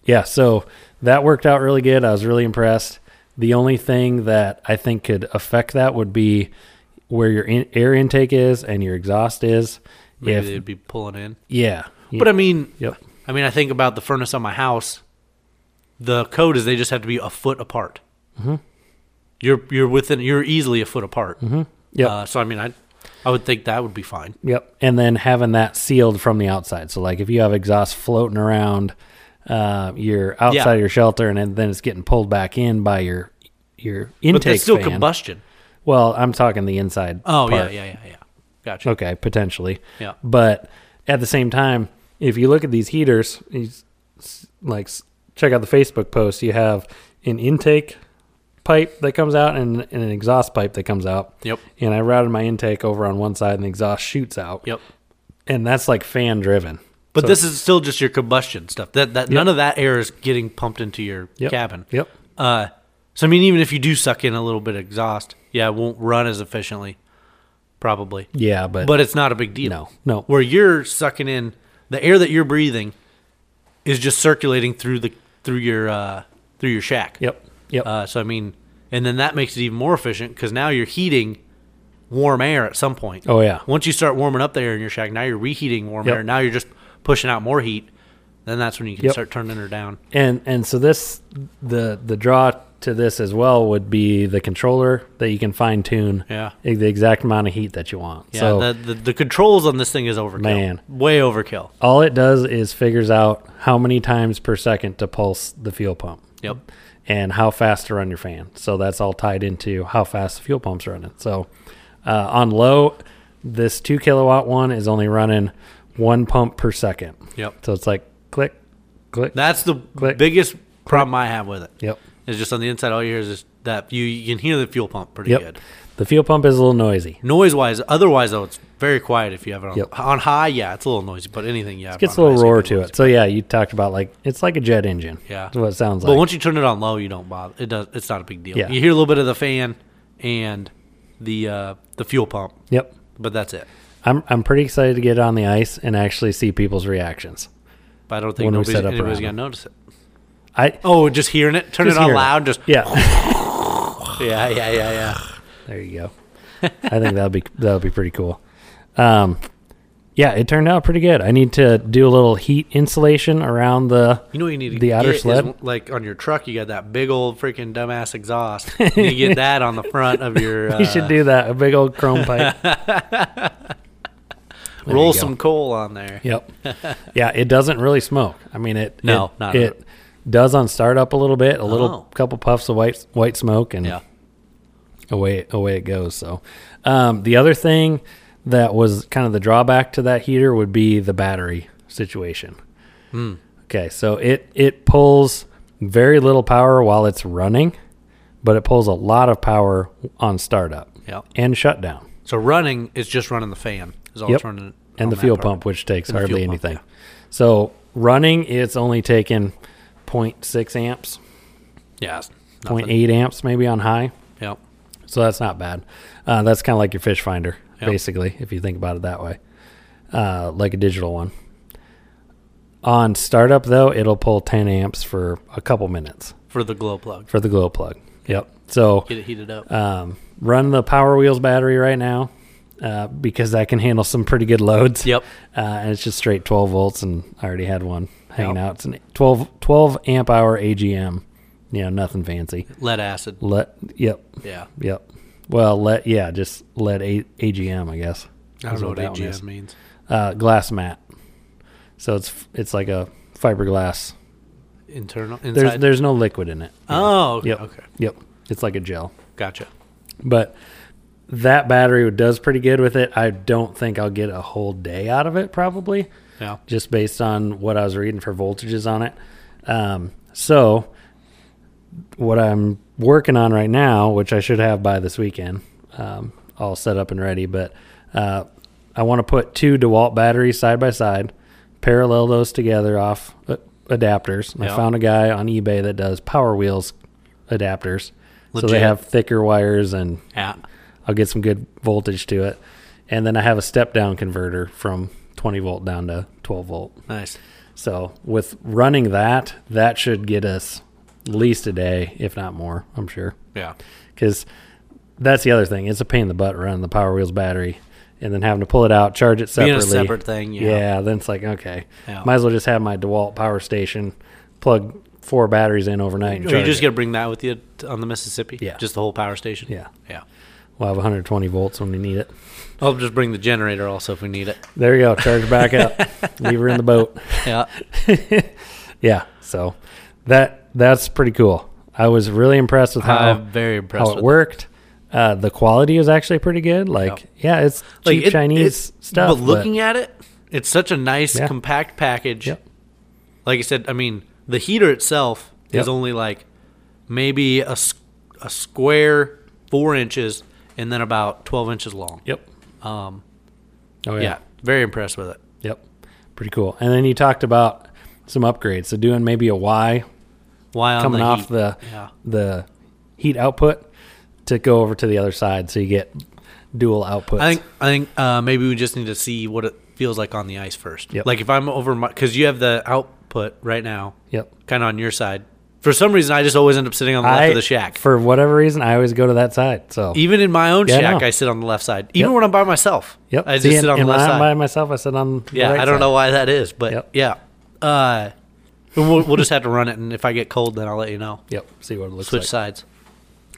S1: Yeah, so that worked out really good. I was really impressed. The only thing that I think could affect that would be where your in- air intake is and your exhaust is.
S2: maybe
S1: if
S2: they'd be pulling in.
S1: yeah,
S2: But I mean,
S1: Yep.
S2: I mean, I think about the furnace on my house. The code is they just have to be a foot apart.
S1: Mm-hmm.
S2: You're you're within you're easily a foot apart. Mm-hmm.
S1: Yep.
S2: Uh, so I mean, I I would think that would be fine.
S1: Yep. And then having that sealed from the outside. So like if you have exhaust floating around, uh, your outside of your shelter, and then- then it's getting pulled back in by your your intake
S2: But that's still
S1: fan.
S2: combustion.
S1: Well, I'm talking the inside.
S2: Oh
S1: part.
S2: yeah, yeah, yeah, yeah. Gotcha.
S1: Okay, potentially.
S2: Yeah.
S1: But at the same time, if you look at these heaters, these, s- like s- check out the Facebook post. You have an intake pipe that comes out and, and an exhaust pipe that comes out.
S2: Yep.
S1: And I routed my intake over on one side, and the exhaust shoots out.
S2: Yep.
S1: And that's like fan driven.
S2: But
S1: So-
S2: this is still just your combustion stuff. That that none of that air is getting pumped into your
S1: Yep.
S2: cabin.
S1: Yep.
S2: Uh, so I mean, even if you do suck in a little bit of exhaust, yeah, it won't run as efficiently, probably.
S1: Yeah, but,
S2: But it's not a big deal.
S1: No, no.
S2: Where you're sucking in the air that you're breathing is just circulating through the through your uh, through your shack.
S1: yep, yep,
S2: Uh, so I mean, and then that makes it even more efficient because now you're heating warm air at some point.
S1: Oh, yeah.
S2: Once you start warming up the air in your shack, now you're reheating warm
S1: Yep.
S2: air. Now you're just pushing out more heat. Then that's when you can
S1: Yep.
S2: start turning her down.
S1: and and so this the the draw to this as well would be the controller that you can fine tune
S2: Yeah.
S1: e- the exact amount of heat that you want.
S2: Yeah.
S1: so
S2: the, the the controls on this thing is overkill.
S1: Man.
S2: way overkill.
S1: all it does is figures out how many times per second to pulse the fuel pump
S2: Yep.
S1: and how fast to run your fan. So that's all tied into how fast the fuel pump's running. So uh, on low, this two kilowatt one is only running one pump per second.
S2: Yep.
S1: So it's like click, click.
S2: That's the
S1: Click.
S2: biggest problem I have with it.
S1: yep.
S2: It's just on the inside. All you hear is just that you, you can hear the fuel pump pretty
S1: Yep.
S2: good.
S1: The fuel pump is a little noisy.
S2: Noise wise, otherwise though, it's very quiet if you have it on,
S1: Yep.
S2: on high. Yeah, it's a little noisy, but anything yeah,
S1: Gets a
S2: on high
S1: little
S2: is gonna
S1: roar
S2: be
S1: to
S2: noisy.
S1: it. So yeah, you talked about like it's like a jet engine.
S2: Yeah.
S1: That's what it sounds
S2: But
S1: like.
S2: once you turn it on low, you don't bother. It does. It's not a big deal.
S1: Yeah.
S2: You hear a little bit of the fan and the uh, the fuel pump,
S1: yep.
S2: but that's it.
S1: I'm I'm pretty excited to get on the ice and actually see people's reactions.
S2: But I don't think
S1: When we
S2: nobody's,
S1: set up
S2: anybody's
S1: around
S2: gonna
S1: it.
S2: notice it.
S1: I
S2: Oh, just hearing it, turn
S1: Just
S2: it on
S1: hearing it.
S2: loud, just [laughs]
S1: yeah. [laughs]
S2: yeah, yeah, yeah, yeah.
S1: There you go. I think that'll be that'll be pretty cool. Um, yeah, it turned out pretty good. I need to do a little heat insulation around the.
S2: You know what you need to
S1: The outer
S2: get
S1: [laughs]
S2: is,
S1: sled?
S2: like on your truck. You got that big old freaking
S1: [laughs]
S2: dumbass exhaust. you need to get that on the front of your. Uh,
S1: you should do that. A big old chrome
S2: [laughs]
S1: pipe. There
S2: roll
S1: you go.
S2: some coal on there.
S1: Yep. [laughs] yeah, it doesn't really smoke. I mean, it.
S2: No,
S1: it,
S2: not at
S1: it. Does on startup a little bit, a little
S2: Oh.
S1: couple puffs of white white smoke, and
S2: Yeah.
S1: away away it goes. So, um, the other thing that was kind of the drawback to that heater would be the battery situation.
S2: Hmm.
S1: Okay, so it it pulls very little power while it's running, but it pulls a lot of power on startup
S2: Yeah.
S1: and shutdown
S2: So running is just running the fan. Is all
S1: Yep.
S2: it's running. on
S1: and the
S2: that
S1: fuel
S2: part.
S1: pump, which takes
S2: And the
S1: hardly
S2: fuel pump,
S1: anything. So running, it's only taking 0.6 amps,
S2: Yeah. it's nothing.
S1: 0.8 amps maybe on high.
S2: Yep.
S1: So that's not bad. Uh, that's kind of like your fish finder,
S2: Yep.
S1: basically, if you think about it that way, uh, like a digital one. On startup, though, it'll pull 10 amps for a couple minutes
S2: For the glow plug.
S1: for the glow plug. Yep. So
S2: Get it heated up.
S1: um, run the Power Wheels battery right now uh, because that can handle some pretty good loads.
S2: Yep.
S1: Uh, and it's just straight 12 volts, and I already had one hanging
S2: Yep.
S1: out. It's an 12, 12 amp hour AGM. You know, nothing fancy.
S2: Lead acid.
S1: Let, yep.
S2: Yeah.
S1: Yep. Well, let yeah, just let a- AGM, I guess.
S2: I don't
S1: is
S2: know what
S1: that one is.
S2: AGM means.
S1: Uh, glass mat. So it's f- it's like a fiberglass.
S2: Internal.
S1: There's
S2: Inside.
S1: there's no liquid in it.
S2: oh. Okay.
S1: Yep.
S2: okay.
S1: Yep. It's like a gel.
S2: Gotcha.
S1: But that battery does pretty good with it. I don't think I'll get a whole day out of it probably,
S2: Yeah.
S1: just based on what I was reading for voltages on it. Um, so what I'm working on right now, which I should have by this weekend, um, all set up and ready. But uh, I want to put two DeWalt batteries side by side, parallel those together off uh, adapters. And I
S2: Yeah.
S1: found a guy on eBay that does Power Wheels adapters, so they
S2: Legit.
S1: have thicker wires, and
S2: Yeah.
S1: I'll get some good voltage to it. And then I have a step down converter from 20 volt down to 12 volt.
S2: Nice.
S1: So with running that, that should get us at least a day, if not more, I'm sure.
S2: Yeah.
S1: Because that's the other thing. It's a pain in the butt running the Power Wheels battery and then having to pull it out, charge it
S2: Being
S1: separately.
S2: a separate thing.
S1: yeah.
S2: Yeah. Yeah.
S1: then it's like, okay,
S2: Yeah.
S1: might as well just have my DeWalt power station, plug four batteries in overnight and
S2: Are you
S1: charge
S2: just
S1: it.
S2: gonna bring that with you t- on the Mississippi?
S1: Yeah.
S2: Just the whole power station.
S1: Yeah.
S2: Yeah.
S1: We'll have 120 volts when we need it.
S2: I'll just bring the generator also if
S1: [laughs]
S2: we need it. [laughs]
S1: There you go. Charge back up. Leave her in the boat.
S2: Yeah.
S1: Yeah. So that that's pretty cool. I was really impressed with how
S2: I'm very impressed
S1: how it
S2: with
S1: worked. Uh, the quality is actually pretty good. Like, yeah, it's cheap
S2: it-
S1: Chinese
S2: it's-
S1: stuff.
S2: But looking at it, it's such a nice
S1: Yeah.
S2: compact package.
S1: Yep.
S2: Like I said, I mean the heater itself
S1: Yep.
S2: is only like maybe a, s- a square four inches and then about twelve inches long.
S1: yep.
S2: Um,
S1: Oh
S2: yeah. very impressed with it.
S1: Yep. Pretty cool. And then you talked about some upgrades. So doing maybe a Y
S2: Why on
S1: coming
S2: the
S1: off
S2: heat?
S1: the
S2: yeah.
S1: the heat output to go over to the other side, so you get dual outputs.
S2: I think I think uh, maybe we just need to see what it feels like on the ice first.
S1: Yep.
S2: Like if I'm over my because you have the output right now,
S1: yep.
S2: kind of on your side. For some reason, I just always end up sitting on the left
S1: I,
S2: of the shack. E
S1: for whatever reason, I always go to that side. So
S2: Even in my own
S1: Yeah, I
S2: shack,
S1: know.
S2: I sit on the left side. Even
S1: Yep.
S2: when I'm by myself,
S1: yep.
S2: I just
S1: See,
S2: sit
S1: and-
S2: on the
S1: and
S2: left
S1: when I'm
S2: side.
S1: by myself. I sit on the
S2: yeah,
S1: right
S2: I don't
S1: side.
S2: know why that is, but
S1: Yep.
S2: yeah, uh, we'll, we'll just have to run it, and if I get cold, then I'll let you know.
S1: Yep. See what it looks
S2: Switch
S1: like.
S2: sides.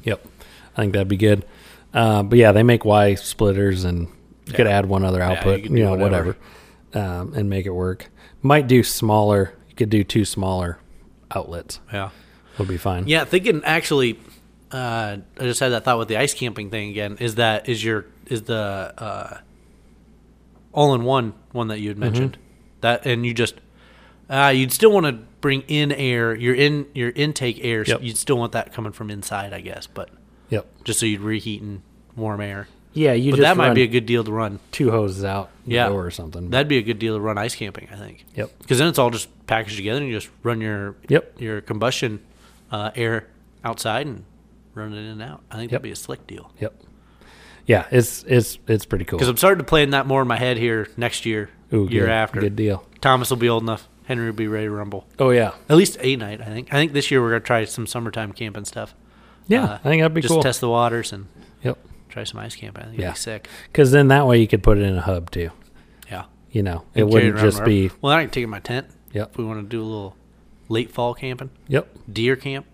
S1: Yep. I think that'd be good. Uh, but yeah, they make Y splitters and you could add one other output,
S2: you
S1: you,
S2: could do
S1: know,
S2: whatever.
S1: whatever, um, and make it work. Might do smaller. You could do two smaller outlets.
S2: Yeah,
S1: Would be fine.
S2: yeah. Thinking actually, uh, I just had that thought with the ice camping thing again. Is that is your is the uh, all in one one that you had mentioned
S1: Mm-hmm.
S2: that, and you just uh, you'd still want to bring in air. Your in your intake air. so
S1: Yep.
S2: You'd still want that coming from inside, I guess, but.
S1: Yep.
S2: just so you'd reheat in warm air.
S1: Yeah. You
S2: But
S1: just
S2: that might be a
S1: run
S2: good deal to run.
S1: two hoses out the
S2: Yeah.
S1: door or something.
S2: That'd be a good deal to run ice camping, I think.
S1: Yep.
S2: Because then it's all just packaged together, and you just run your
S1: Yep.
S2: your combustion uh, air outside and run it in and out. I think
S1: Yep.
S2: that'd be a slick deal.
S1: Yep. Yeah. It's it's it's pretty cool.
S2: Because I'm starting to plan that more in my head here next year,
S1: Ooh,
S2: year
S1: good,
S2: after.
S1: Good deal.
S2: Thomas will be old enough. Henry will be ready to rumble.
S1: Oh yeah.
S2: At least a night, I think. I think this year we're gonna try some summertime camping stuff.
S1: Yeah.
S2: Uh,
S1: I think that'd be
S2: just
S1: cool.
S2: test the waters and
S1: Yep.
S2: try some ice camping. I think
S1: Yeah.
S2: it'd be sick.
S1: Because then that way you could put it in a hub too.
S2: Yeah.
S1: You know, it
S2: and carry
S1: wouldn't
S2: around
S1: just
S2: wherever.
S1: be.
S2: Well, I can take it in my tent.
S1: Yep.
S2: If we want to do a little late fall camping,
S1: Yep.
S2: deer camp,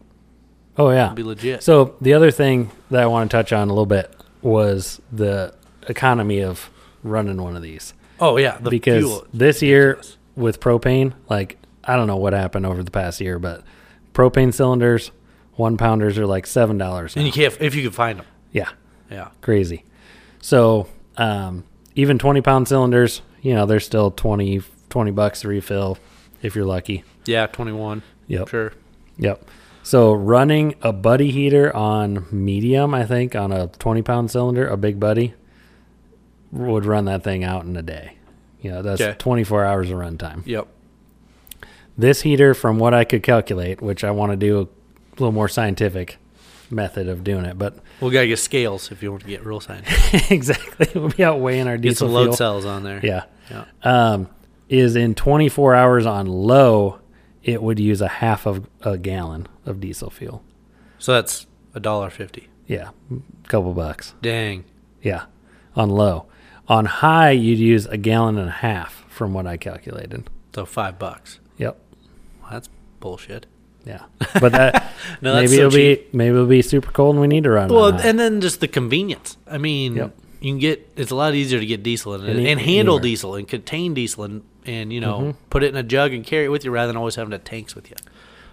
S1: Oh yeah.
S2: it'd be legit.
S1: So the other thing that I want to touch on a little bit was the economy of running one of these
S2: oh yeah, the
S1: because
S2: fuel.
S1: this year with propane, like I don't know what happened over the past year, but propane cylinders, one pounders are like seven dollars.
S2: and you can't if you can find them.
S1: Yeah,
S2: Yeah.
S1: crazy. So um, even twenty pound cylinders, you know, they're still 20, 20 bucks to refill if you're lucky.
S2: Yeah, twenty one.
S1: Yep.
S2: Sure.
S1: Yep. So running a buddy heater on medium, I think, on a 20 pound cylinder, a big buddy, would run that thing out in a day. You know, that's
S2: Okay.
S1: 24 hours of runtime.
S2: Yep.
S1: This heater, from what I could calculate, which I want to do a little more scientific method of doing it, but [laughs]
S2: We gotta get scales if you want to get real science.
S1: exactly, we'll be out weighing our
S2: Get
S1: diesel
S2: some load
S1: fuel.
S2: cells on there.
S1: Yeah.
S2: Yeah.
S1: Um, is in 24 hours on low, it would use a half of a gallon of diesel fuel.
S2: So that's a dollar fifty.
S1: Yeah, a couple bucks.
S2: Dang.
S1: Yeah, on low. On high, you'd use a gallon and a half, from what I calculated.
S2: So five bucks.
S1: Yep.
S2: Well, that's bullshit.
S1: Yeah, but that
S2: [laughs] No, that's
S1: maybe
S2: so
S1: it'll
S2: cheap.
S1: be maybe it'll be super cold and we need to run.
S2: Well,
S1: on high.
S2: and then just the convenience. I mean,
S1: Yep.
S2: you can get it's a lot easier to get diesel and,
S1: Any-
S2: and handle
S1: anywhere. Mm-hmm.
S2: diesel and contain diesel and, and you know put it in a jug and carry it with you rather than always having to tanks with you.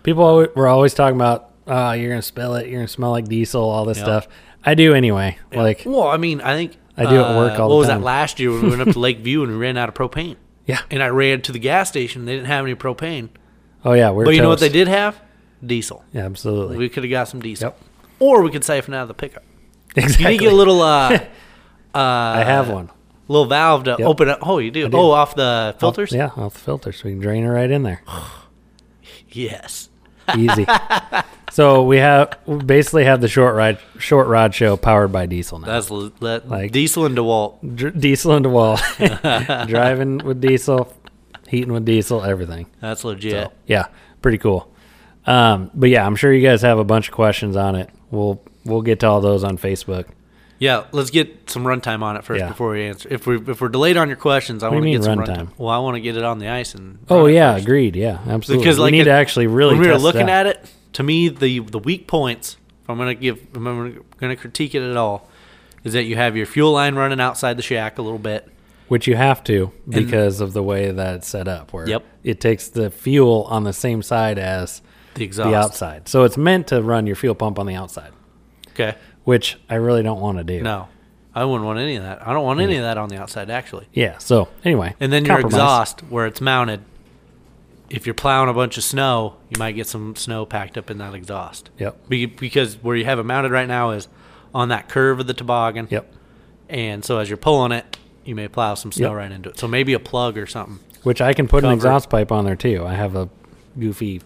S1: people always, were always talking about, oh, you're gonna spill it, you're gonna smell like diesel, all this
S2: Yeah.
S1: stuff. I do anyway. Like,
S2: well, I mean, I think uh,
S1: I do at work all
S2: what
S1: the
S2: was
S1: time.
S2: that last year when we went up to Lakeview and we ran out of propane?
S1: yeah.
S2: And I ran to the gas station; they didn't have any propane.
S1: Oh yeah, we're.
S2: But you know what they
S1: toast.
S2: did have? Diesel.
S1: Yeah, absolutely. [laughs]
S2: We could have got some diesel,
S1: Yep.
S2: or we could siphon out of the pickup.
S1: exactly.
S2: You need to get a little. Uh,
S1: [laughs]
S2: uh,
S1: I have one.
S2: little valve to
S1: Yep.
S2: open up. Oh, you do.
S1: do.
S2: Oh, off the filters.
S1: Yeah, off the filters. We can drain it right in
S2: [laughs]
S1: there.
S2: Yes.
S1: Easy. so we have we basically have the short ride short rod show powered by diesel now.
S2: That's l- that
S1: Like-
S2: diesel and DeWalt.
S1: Dr- diesel into wall, [laughs]
S2: [laughs]
S1: driving with diesel, heating with diesel, everything.
S2: That's legit.
S1: Yeah, pretty cool. Um, but yeah, I'm sure you guys have a bunch of questions on it. We'll we'll get to all those on Facebook.
S2: Yeah, let's get some runtime on it first
S1: Yeah.
S2: before we answer. If we if we're delayed on your questions, I
S1: do you
S2: want to
S1: mean
S2: get some runtime.
S1: runtime?
S2: Well, I want to get it on the ice and
S1: Oh
S2: run it
S1: yeah,
S2: first.
S1: agreed. Yeah, absolutely.
S2: because like
S1: we need
S2: it-
S1: to actually really
S2: when we were
S1: test
S2: looking
S1: that.
S2: at it, to me the the weak points. If I'm gonna give, if I'm gonna critique it at all, is that you have your fuel line running outside the shack a little bit,
S1: which you have to because of the way that it's set up, where
S2: Yep.
S1: it takes the fuel on the same side as
S2: The
S1: the
S2: exhaust.
S1: outside. So it's meant to run your fuel pump on the outside,
S2: okay.
S1: which I really don't want to do.
S2: No, I wouldn't want any of that. I don't want any of that on the outside, actually.
S1: Yeah. So anyway,
S2: And then your
S1: compromise.
S2: exhaust, where it's mounted, if you're plowing a bunch of snow, you might get some snow packed up in that exhaust.
S1: Yep.
S2: Be- because where you have it mounted right now is on that curve of the toboggan.
S1: Yep.
S2: And so as you're pulling it, you may plow some snow
S1: Yep.
S2: right into it. So maybe a plug or something.
S1: Which I can put an
S2: Cover.
S1: exhaust pipe on there too. I have a goofy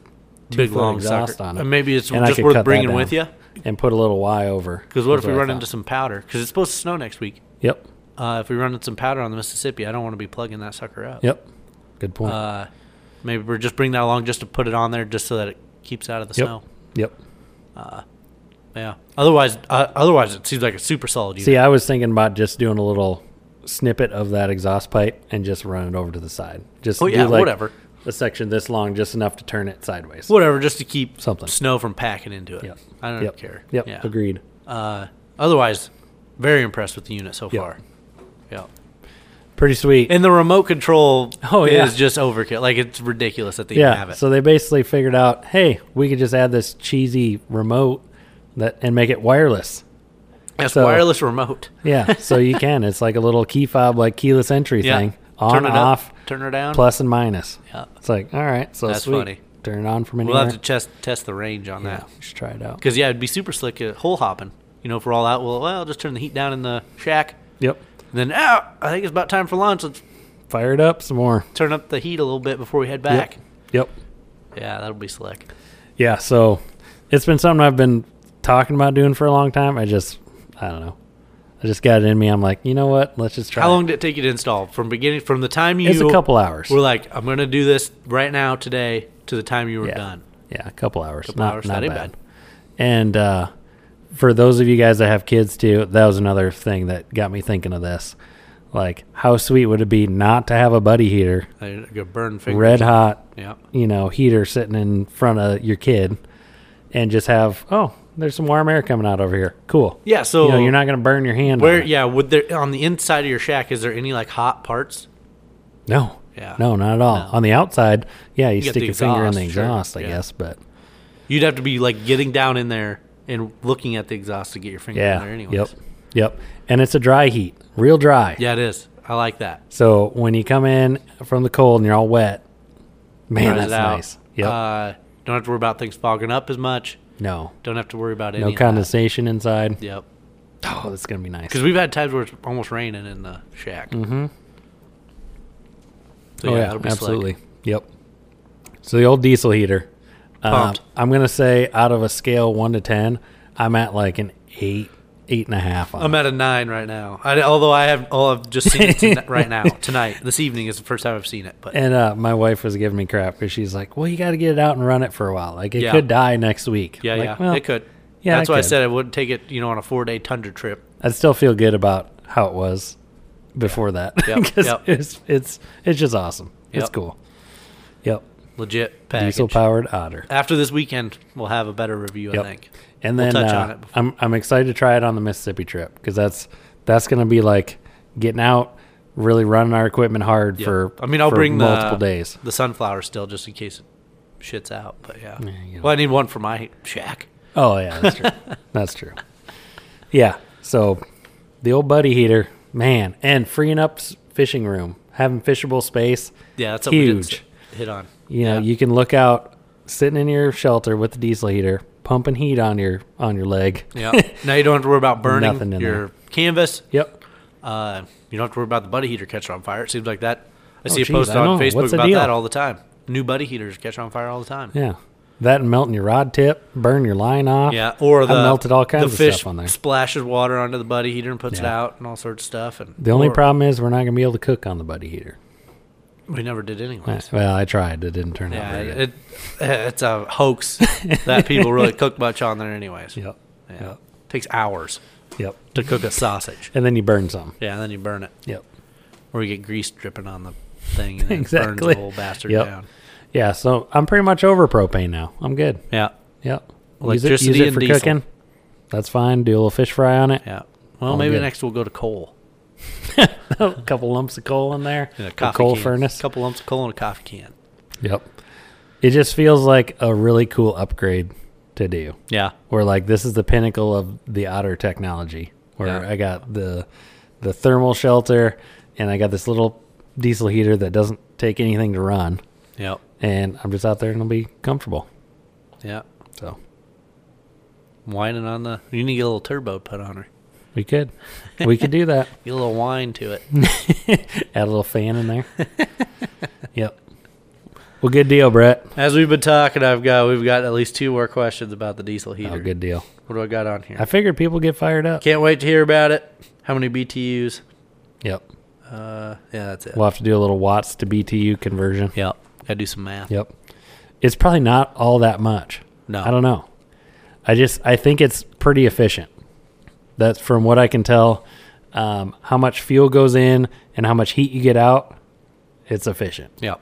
S2: Big
S1: two-foot
S2: long
S1: exhaust
S2: exhaust
S1: on it.
S2: And maybe it's
S1: And I
S2: just
S1: could cut
S2: worth
S1: that
S2: bringing
S1: down.
S2: with you.
S1: and put a little Y over.
S2: Because what
S1: is
S2: if we
S1: I
S2: run
S1: thought.
S2: into some powder? Because it's supposed to snow next week.
S1: Yep.
S2: Uh, if we run into some powder on the Mississippi, I don't want to be plugging that sucker up.
S1: Yep. Good point.
S2: Uh, maybe we're just bring that along just to put it on there, just so that it keeps out of the
S1: yep.
S2: snow.
S1: Yep.
S2: Yeah. Otherwise, uh, otherwise it seems like a super solid unit.
S1: See, I was thinking about just doing a little snippet of that exhaust pipe and just run it over to the side. Just
S2: Oh,
S1: do
S2: yeah,
S1: like
S2: whatever.
S1: a section this long, just enough to turn it sideways.
S2: Whatever, just to keep
S1: Something.
S2: snow from packing into it.
S1: Yep.
S2: I don't
S1: Yep.
S2: care.
S1: Yep.
S2: Yeah.
S1: Agreed.
S2: Uh, otherwise, very impressed with the unit so
S1: Yep.
S2: far. Yeah.
S1: Pretty sweet.
S2: And the remote control
S1: Oh, yeah.
S2: is just overkill. Like it's ridiculous that they even have
S1: yeah.
S2: it.
S1: So they basically figured out, hey, we could just add this cheesy remote that and make it wireless.
S2: it's
S1: so-
S2: wireless remote. [laughs]
S1: Yeah. so you can. It's like a little key fob, like keyless entry
S2: Yeah.
S1: thing. On
S2: turn it
S1: off,
S2: up, turn her down.
S1: plus and minus.
S2: Yeah.
S1: It's like, all right, so
S2: That's
S1: sweet.
S2: funny.
S1: Turn it on from anywhere.
S2: We'll have to test test the range on
S1: yeah,
S2: that.
S1: we should try it out.
S2: Because yeah, it'd be super slick at hole hopping. You know, if we're all out, well, well, just turn the heat down in the shack.
S1: Yep.
S2: And then out. I think it's about time for lunch. Let's
S1: Fire it up some more.
S2: turn up the heat a little bit before we head back.
S1: Yep.
S2: Yeah, that'll be slick.
S1: Yeah, so it's been something I've been talking about doing for a long time. I just I don't know. I just got it in me. I'm like, you know what? Let's just try.
S2: How
S1: it."
S2: long did it take you to install? From beginning, from the time you
S1: It's a couple hours.
S2: were like, I'm gonna do this right now today, to the time you were
S1: Yeah.
S2: done.
S1: Yeah, a couple hours.
S2: Couple
S1: not,
S2: hours,
S1: not
S2: that ain't
S1: bad.
S2: bad.
S1: And uh, for those of you guys that have kids too, that was another thing that got me thinking of this. Like, how sweet would it be not to have a buddy heater,
S2: I go burn fingers.
S1: red hot,
S2: Yeah.
S1: you know, heater sitting in front of your kid, and just have oh, there's some warm air coming out over here. Cool.
S2: Yeah. So
S1: you know, you're not going to burn your hand.
S2: where?
S1: on it.
S2: Yeah. Would there on the inside of your shack? Is there any like hot parts?
S1: No.
S2: Yeah.
S1: No, not at all.
S2: No.
S1: On the outside, yeah, you,
S2: get
S1: stick
S2: the
S1: your finger in the
S2: exhaust, sure.
S1: exhaust, I
S2: Yeah.
S1: guess, but
S2: You'd have to be like getting down in there and looking at the exhaust to get your finger in
S1: yeah.
S2: there. Anyways.
S1: Yep. Yep. And it's a dry heat, real dry.
S2: Yeah, it is. I like that.
S1: So when you come in from the cold and you're all wet, man,
S2: Dries it
S1: that's
S2: out.
S1: nice. Yep.
S2: Uh, don't have to worry about things fogging up as much.
S1: no.
S2: Don't have to worry about any.
S1: No
S2: of that.
S1: condensation inside.
S2: Yep.
S1: Oh, that's going to be nice.
S2: Because we've had times where it's almost raining in the shack.
S1: Mhm.
S2: So yeah, that'll be
S1: Oh, absolutely.
S2: Slick.
S1: Yep. So the old diesel heater. Um,
S2: Pumped.
S1: I'm going to say out of a scale 1 to 10, I'm at like an 8, 8.5 on it.
S2: I'm at a nine right now. I, although I have, all I've just seen
S1: [laughs]
S2: it tonight, right now, tonight, this evening is the first time I've seen it. But
S1: And uh, my wife was giving me crap because she's like, "Well, you got to get it out and run it for a while. Like it
S2: Yeah.
S1: could die next week."
S2: yeah,
S1: I'm like,
S2: yeah,
S1: well,
S2: it could.
S1: yeah,
S2: that's
S1: it
S2: why I
S1: could.
S2: said I wouldn't take it. You know, on a four day tundra trip.
S1: I still feel good about how it was before that
S2: Yep,
S1: [laughs] 'Cause
S2: yep.
S1: it's it's it's just awesome. It's
S2: Yep.
S1: cool. Yep,
S2: Legit package.
S1: diesel powered otter.
S2: After this weekend, we'll have a better review.
S1: Yep.
S2: I think.
S1: And
S2: We'll
S1: then
S2: touch
S1: uh,
S2: on it before-
S1: I'm I'm excited to try it on the Mississippi trip because that's that's gonna be like getting out, really running our equipment hard
S2: Yep.
S1: for.
S2: I mean, I'll
S1: for
S2: bring the-
S1: multiple days.
S2: the sunflower still just in case it shits out. But yeah,
S1: you know.
S2: well, I need one for my shack.
S1: Oh yeah, that's
S2: [laughs]
S1: true. that's true. Yeah. So the old buddy heater, man, and freeing up s- fishing room, having fishable space.
S2: Yeah, that's something we didn't
S1: huge.
S2: s-
S1: [laughs]
S2: hit on.
S1: You know,
S2: Yeah.
S1: you can look out sitting in your shelter with the diesel heater, pumping heat on your on your leg.
S2: Yeah. now you don't have to worry about burning
S1: Nothing in
S2: your canvas.
S1: Yep.
S2: Uh, you don't have to worry about the buddy heater catching on fire. It seems like that. I see a
S1: Oh, geez,
S2: post
S1: I
S2: on
S1: know.
S2: Facebook
S1: What's the
S2: about
S1: deal?
S2: that all the time. New buddy heaters catch on fire all the time.
S1: Yeah. That and melting your rod tip, burn your line off.
S2: Yeah, or
S1: I
S2: the
S1: melted all kinds
S2: the
S1: of
S2: fish
S1: stuff on there.
S2: splashes water onto the buddy heater and puts it
S1: Yeah.
S2: out and all sorts of stuff. And
S1: The only
S2: or-
S1: problem is we're not going to be able to cook on the buddy heater. Eh,
S2: we never did anyways.
S1: Well, I tried. It didn't turn out
S2: Yeah,
S1: very good.
S2: it, it's a
S1: [laughs]
S2: hoax that people really cook much on there anyways.
S1: yep.
S2: Yeah. takes hours
S1: Yep.
S2: to cook
S1: [laughs]
S2: a sausage.
S1: And then you burn some.
S2: Yeah, and then you burn it,
S1: Yep.
S2: or you get grease dripping on the thing, and it burns
S1: Exactly.
S2: the whole bastard
S1: Yep.
S2: down.
S1: Yeah, so I'm pretty much over propane now. I'm good.
S2: Yeah,
S1: Yep. use it,
S2: Electricity
S1: use it
S2: and
S1: for
S2: diesel.
S1: cooking. That's fine. Do a little fish fry on it.
S2: yeah. Well,
S1: All
S2: maybe
S1: good.
S2: next we'll go to coal.
S1: [laughs] a couple lumps of coal in there,
S2: In a
S1: a
S2: coffee
S1: coal
S2: can.
S1: furnace.
S2: couple lumps of coal in a coffee can.
S1: Yep. It just feels like a really cool upgrade to do.
S2: Yeah.
S1: Where like this is the pinnacle of the otter technology. Where
S2: Yeah.
S1: I got the the thermal shelter and I got this little diesel heater that doesn't take anything to run
S2: Yep.
S1: and I'm just out there and it'll be comfortable.
S2: Yeah.
S1: So
S2: Whining on the. You need to get a little turbo put on her.
S1: we could we could do
S2: [laughs]
S1: that.
S2: Get a little
S1: [laughs]
S2: wine to it.
S1: Add a little fan in there. yep. Well good deal, Brett. Oh,
S2: As we've been talking, I've got we've got at least two more questions about the diesel heater.
S1: Oh, good deal.
S2: What do I got on here?
S1: I figured people get fired up.
S2: Can't wait to hear about it. How many BTUs?
S1: Yep.
S2: Uh, yeah, that's it.
S1: We'll have to do a little watts to BTU conversion.
S2: Yep. Gotta do some math.
S1: Yep. It's probably not all that much.
S2: No.
S1: I don't know. I just I think it's pretty efficient. That's from what I can tell. Um, how much fuel goes in and how much heat you get out, it's efficient.
S2: Yep.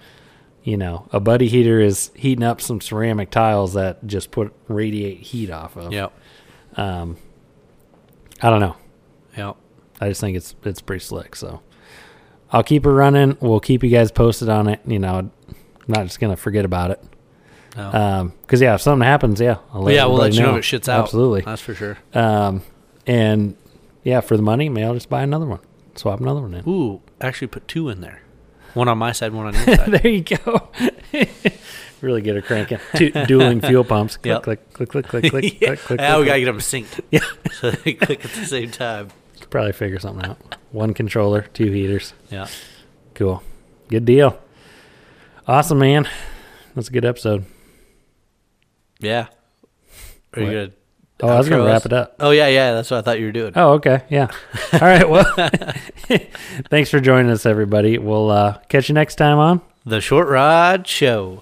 S1: You know, a buddy heater is heating up some ceramic tiles that just put radiate heat off of.
S2: Yep.
S1: Um, I don't know.
S2: Yep.
S1: I just think it's it's pretty slick. So I'll keep her running. We'll keep you guys posted on it. You know, I'm not just gonna forget about it.
S2: No.
S1: Um, because yeah, if something happens, yeah, I'll
S2: But yeah, we'll let
S1: everybody
S2: you know if it shits out. Uh,
S1: Absolutely.
S2: That's for sure.
S1: Um, and yeah, for the money, may I'll just buy another one, swap another one in.
S2: Ooh, actually put two in there. One on my side, one [laughs] on your side.
S1: [laughs] there you go. really get her cranking. Two dueling fuel pumps. Click,
S2: [laughs] Yep.
S1: click, click, click, click, click,
S2: [laughs] yeah.
S1: click, click.
S2: Ah, we
S1: click.
S2: gotta get them [laughs] synced.
S1: Yeah.
S2: so they click at the same time.
S1: Could probably figure something out. One controller, two heaters.
S2: Yeah.
S1: Cool. Good deal. Awesome, man. That's a good episode.
S2: Yeah. Are you
S1: What?
S2: gonna?
S1: Oh, I was gonna
S2: outro
S1: wrap
S2: us?
S1: it up.
S2: Oh yeah, yeah. That's what I thought you were doing.
S1: Oh, okay. Yeah. All right. Well, [laughs] thanks for joining us, everybody. We'll uh, catch you next time on
S2: The Short Rod Show.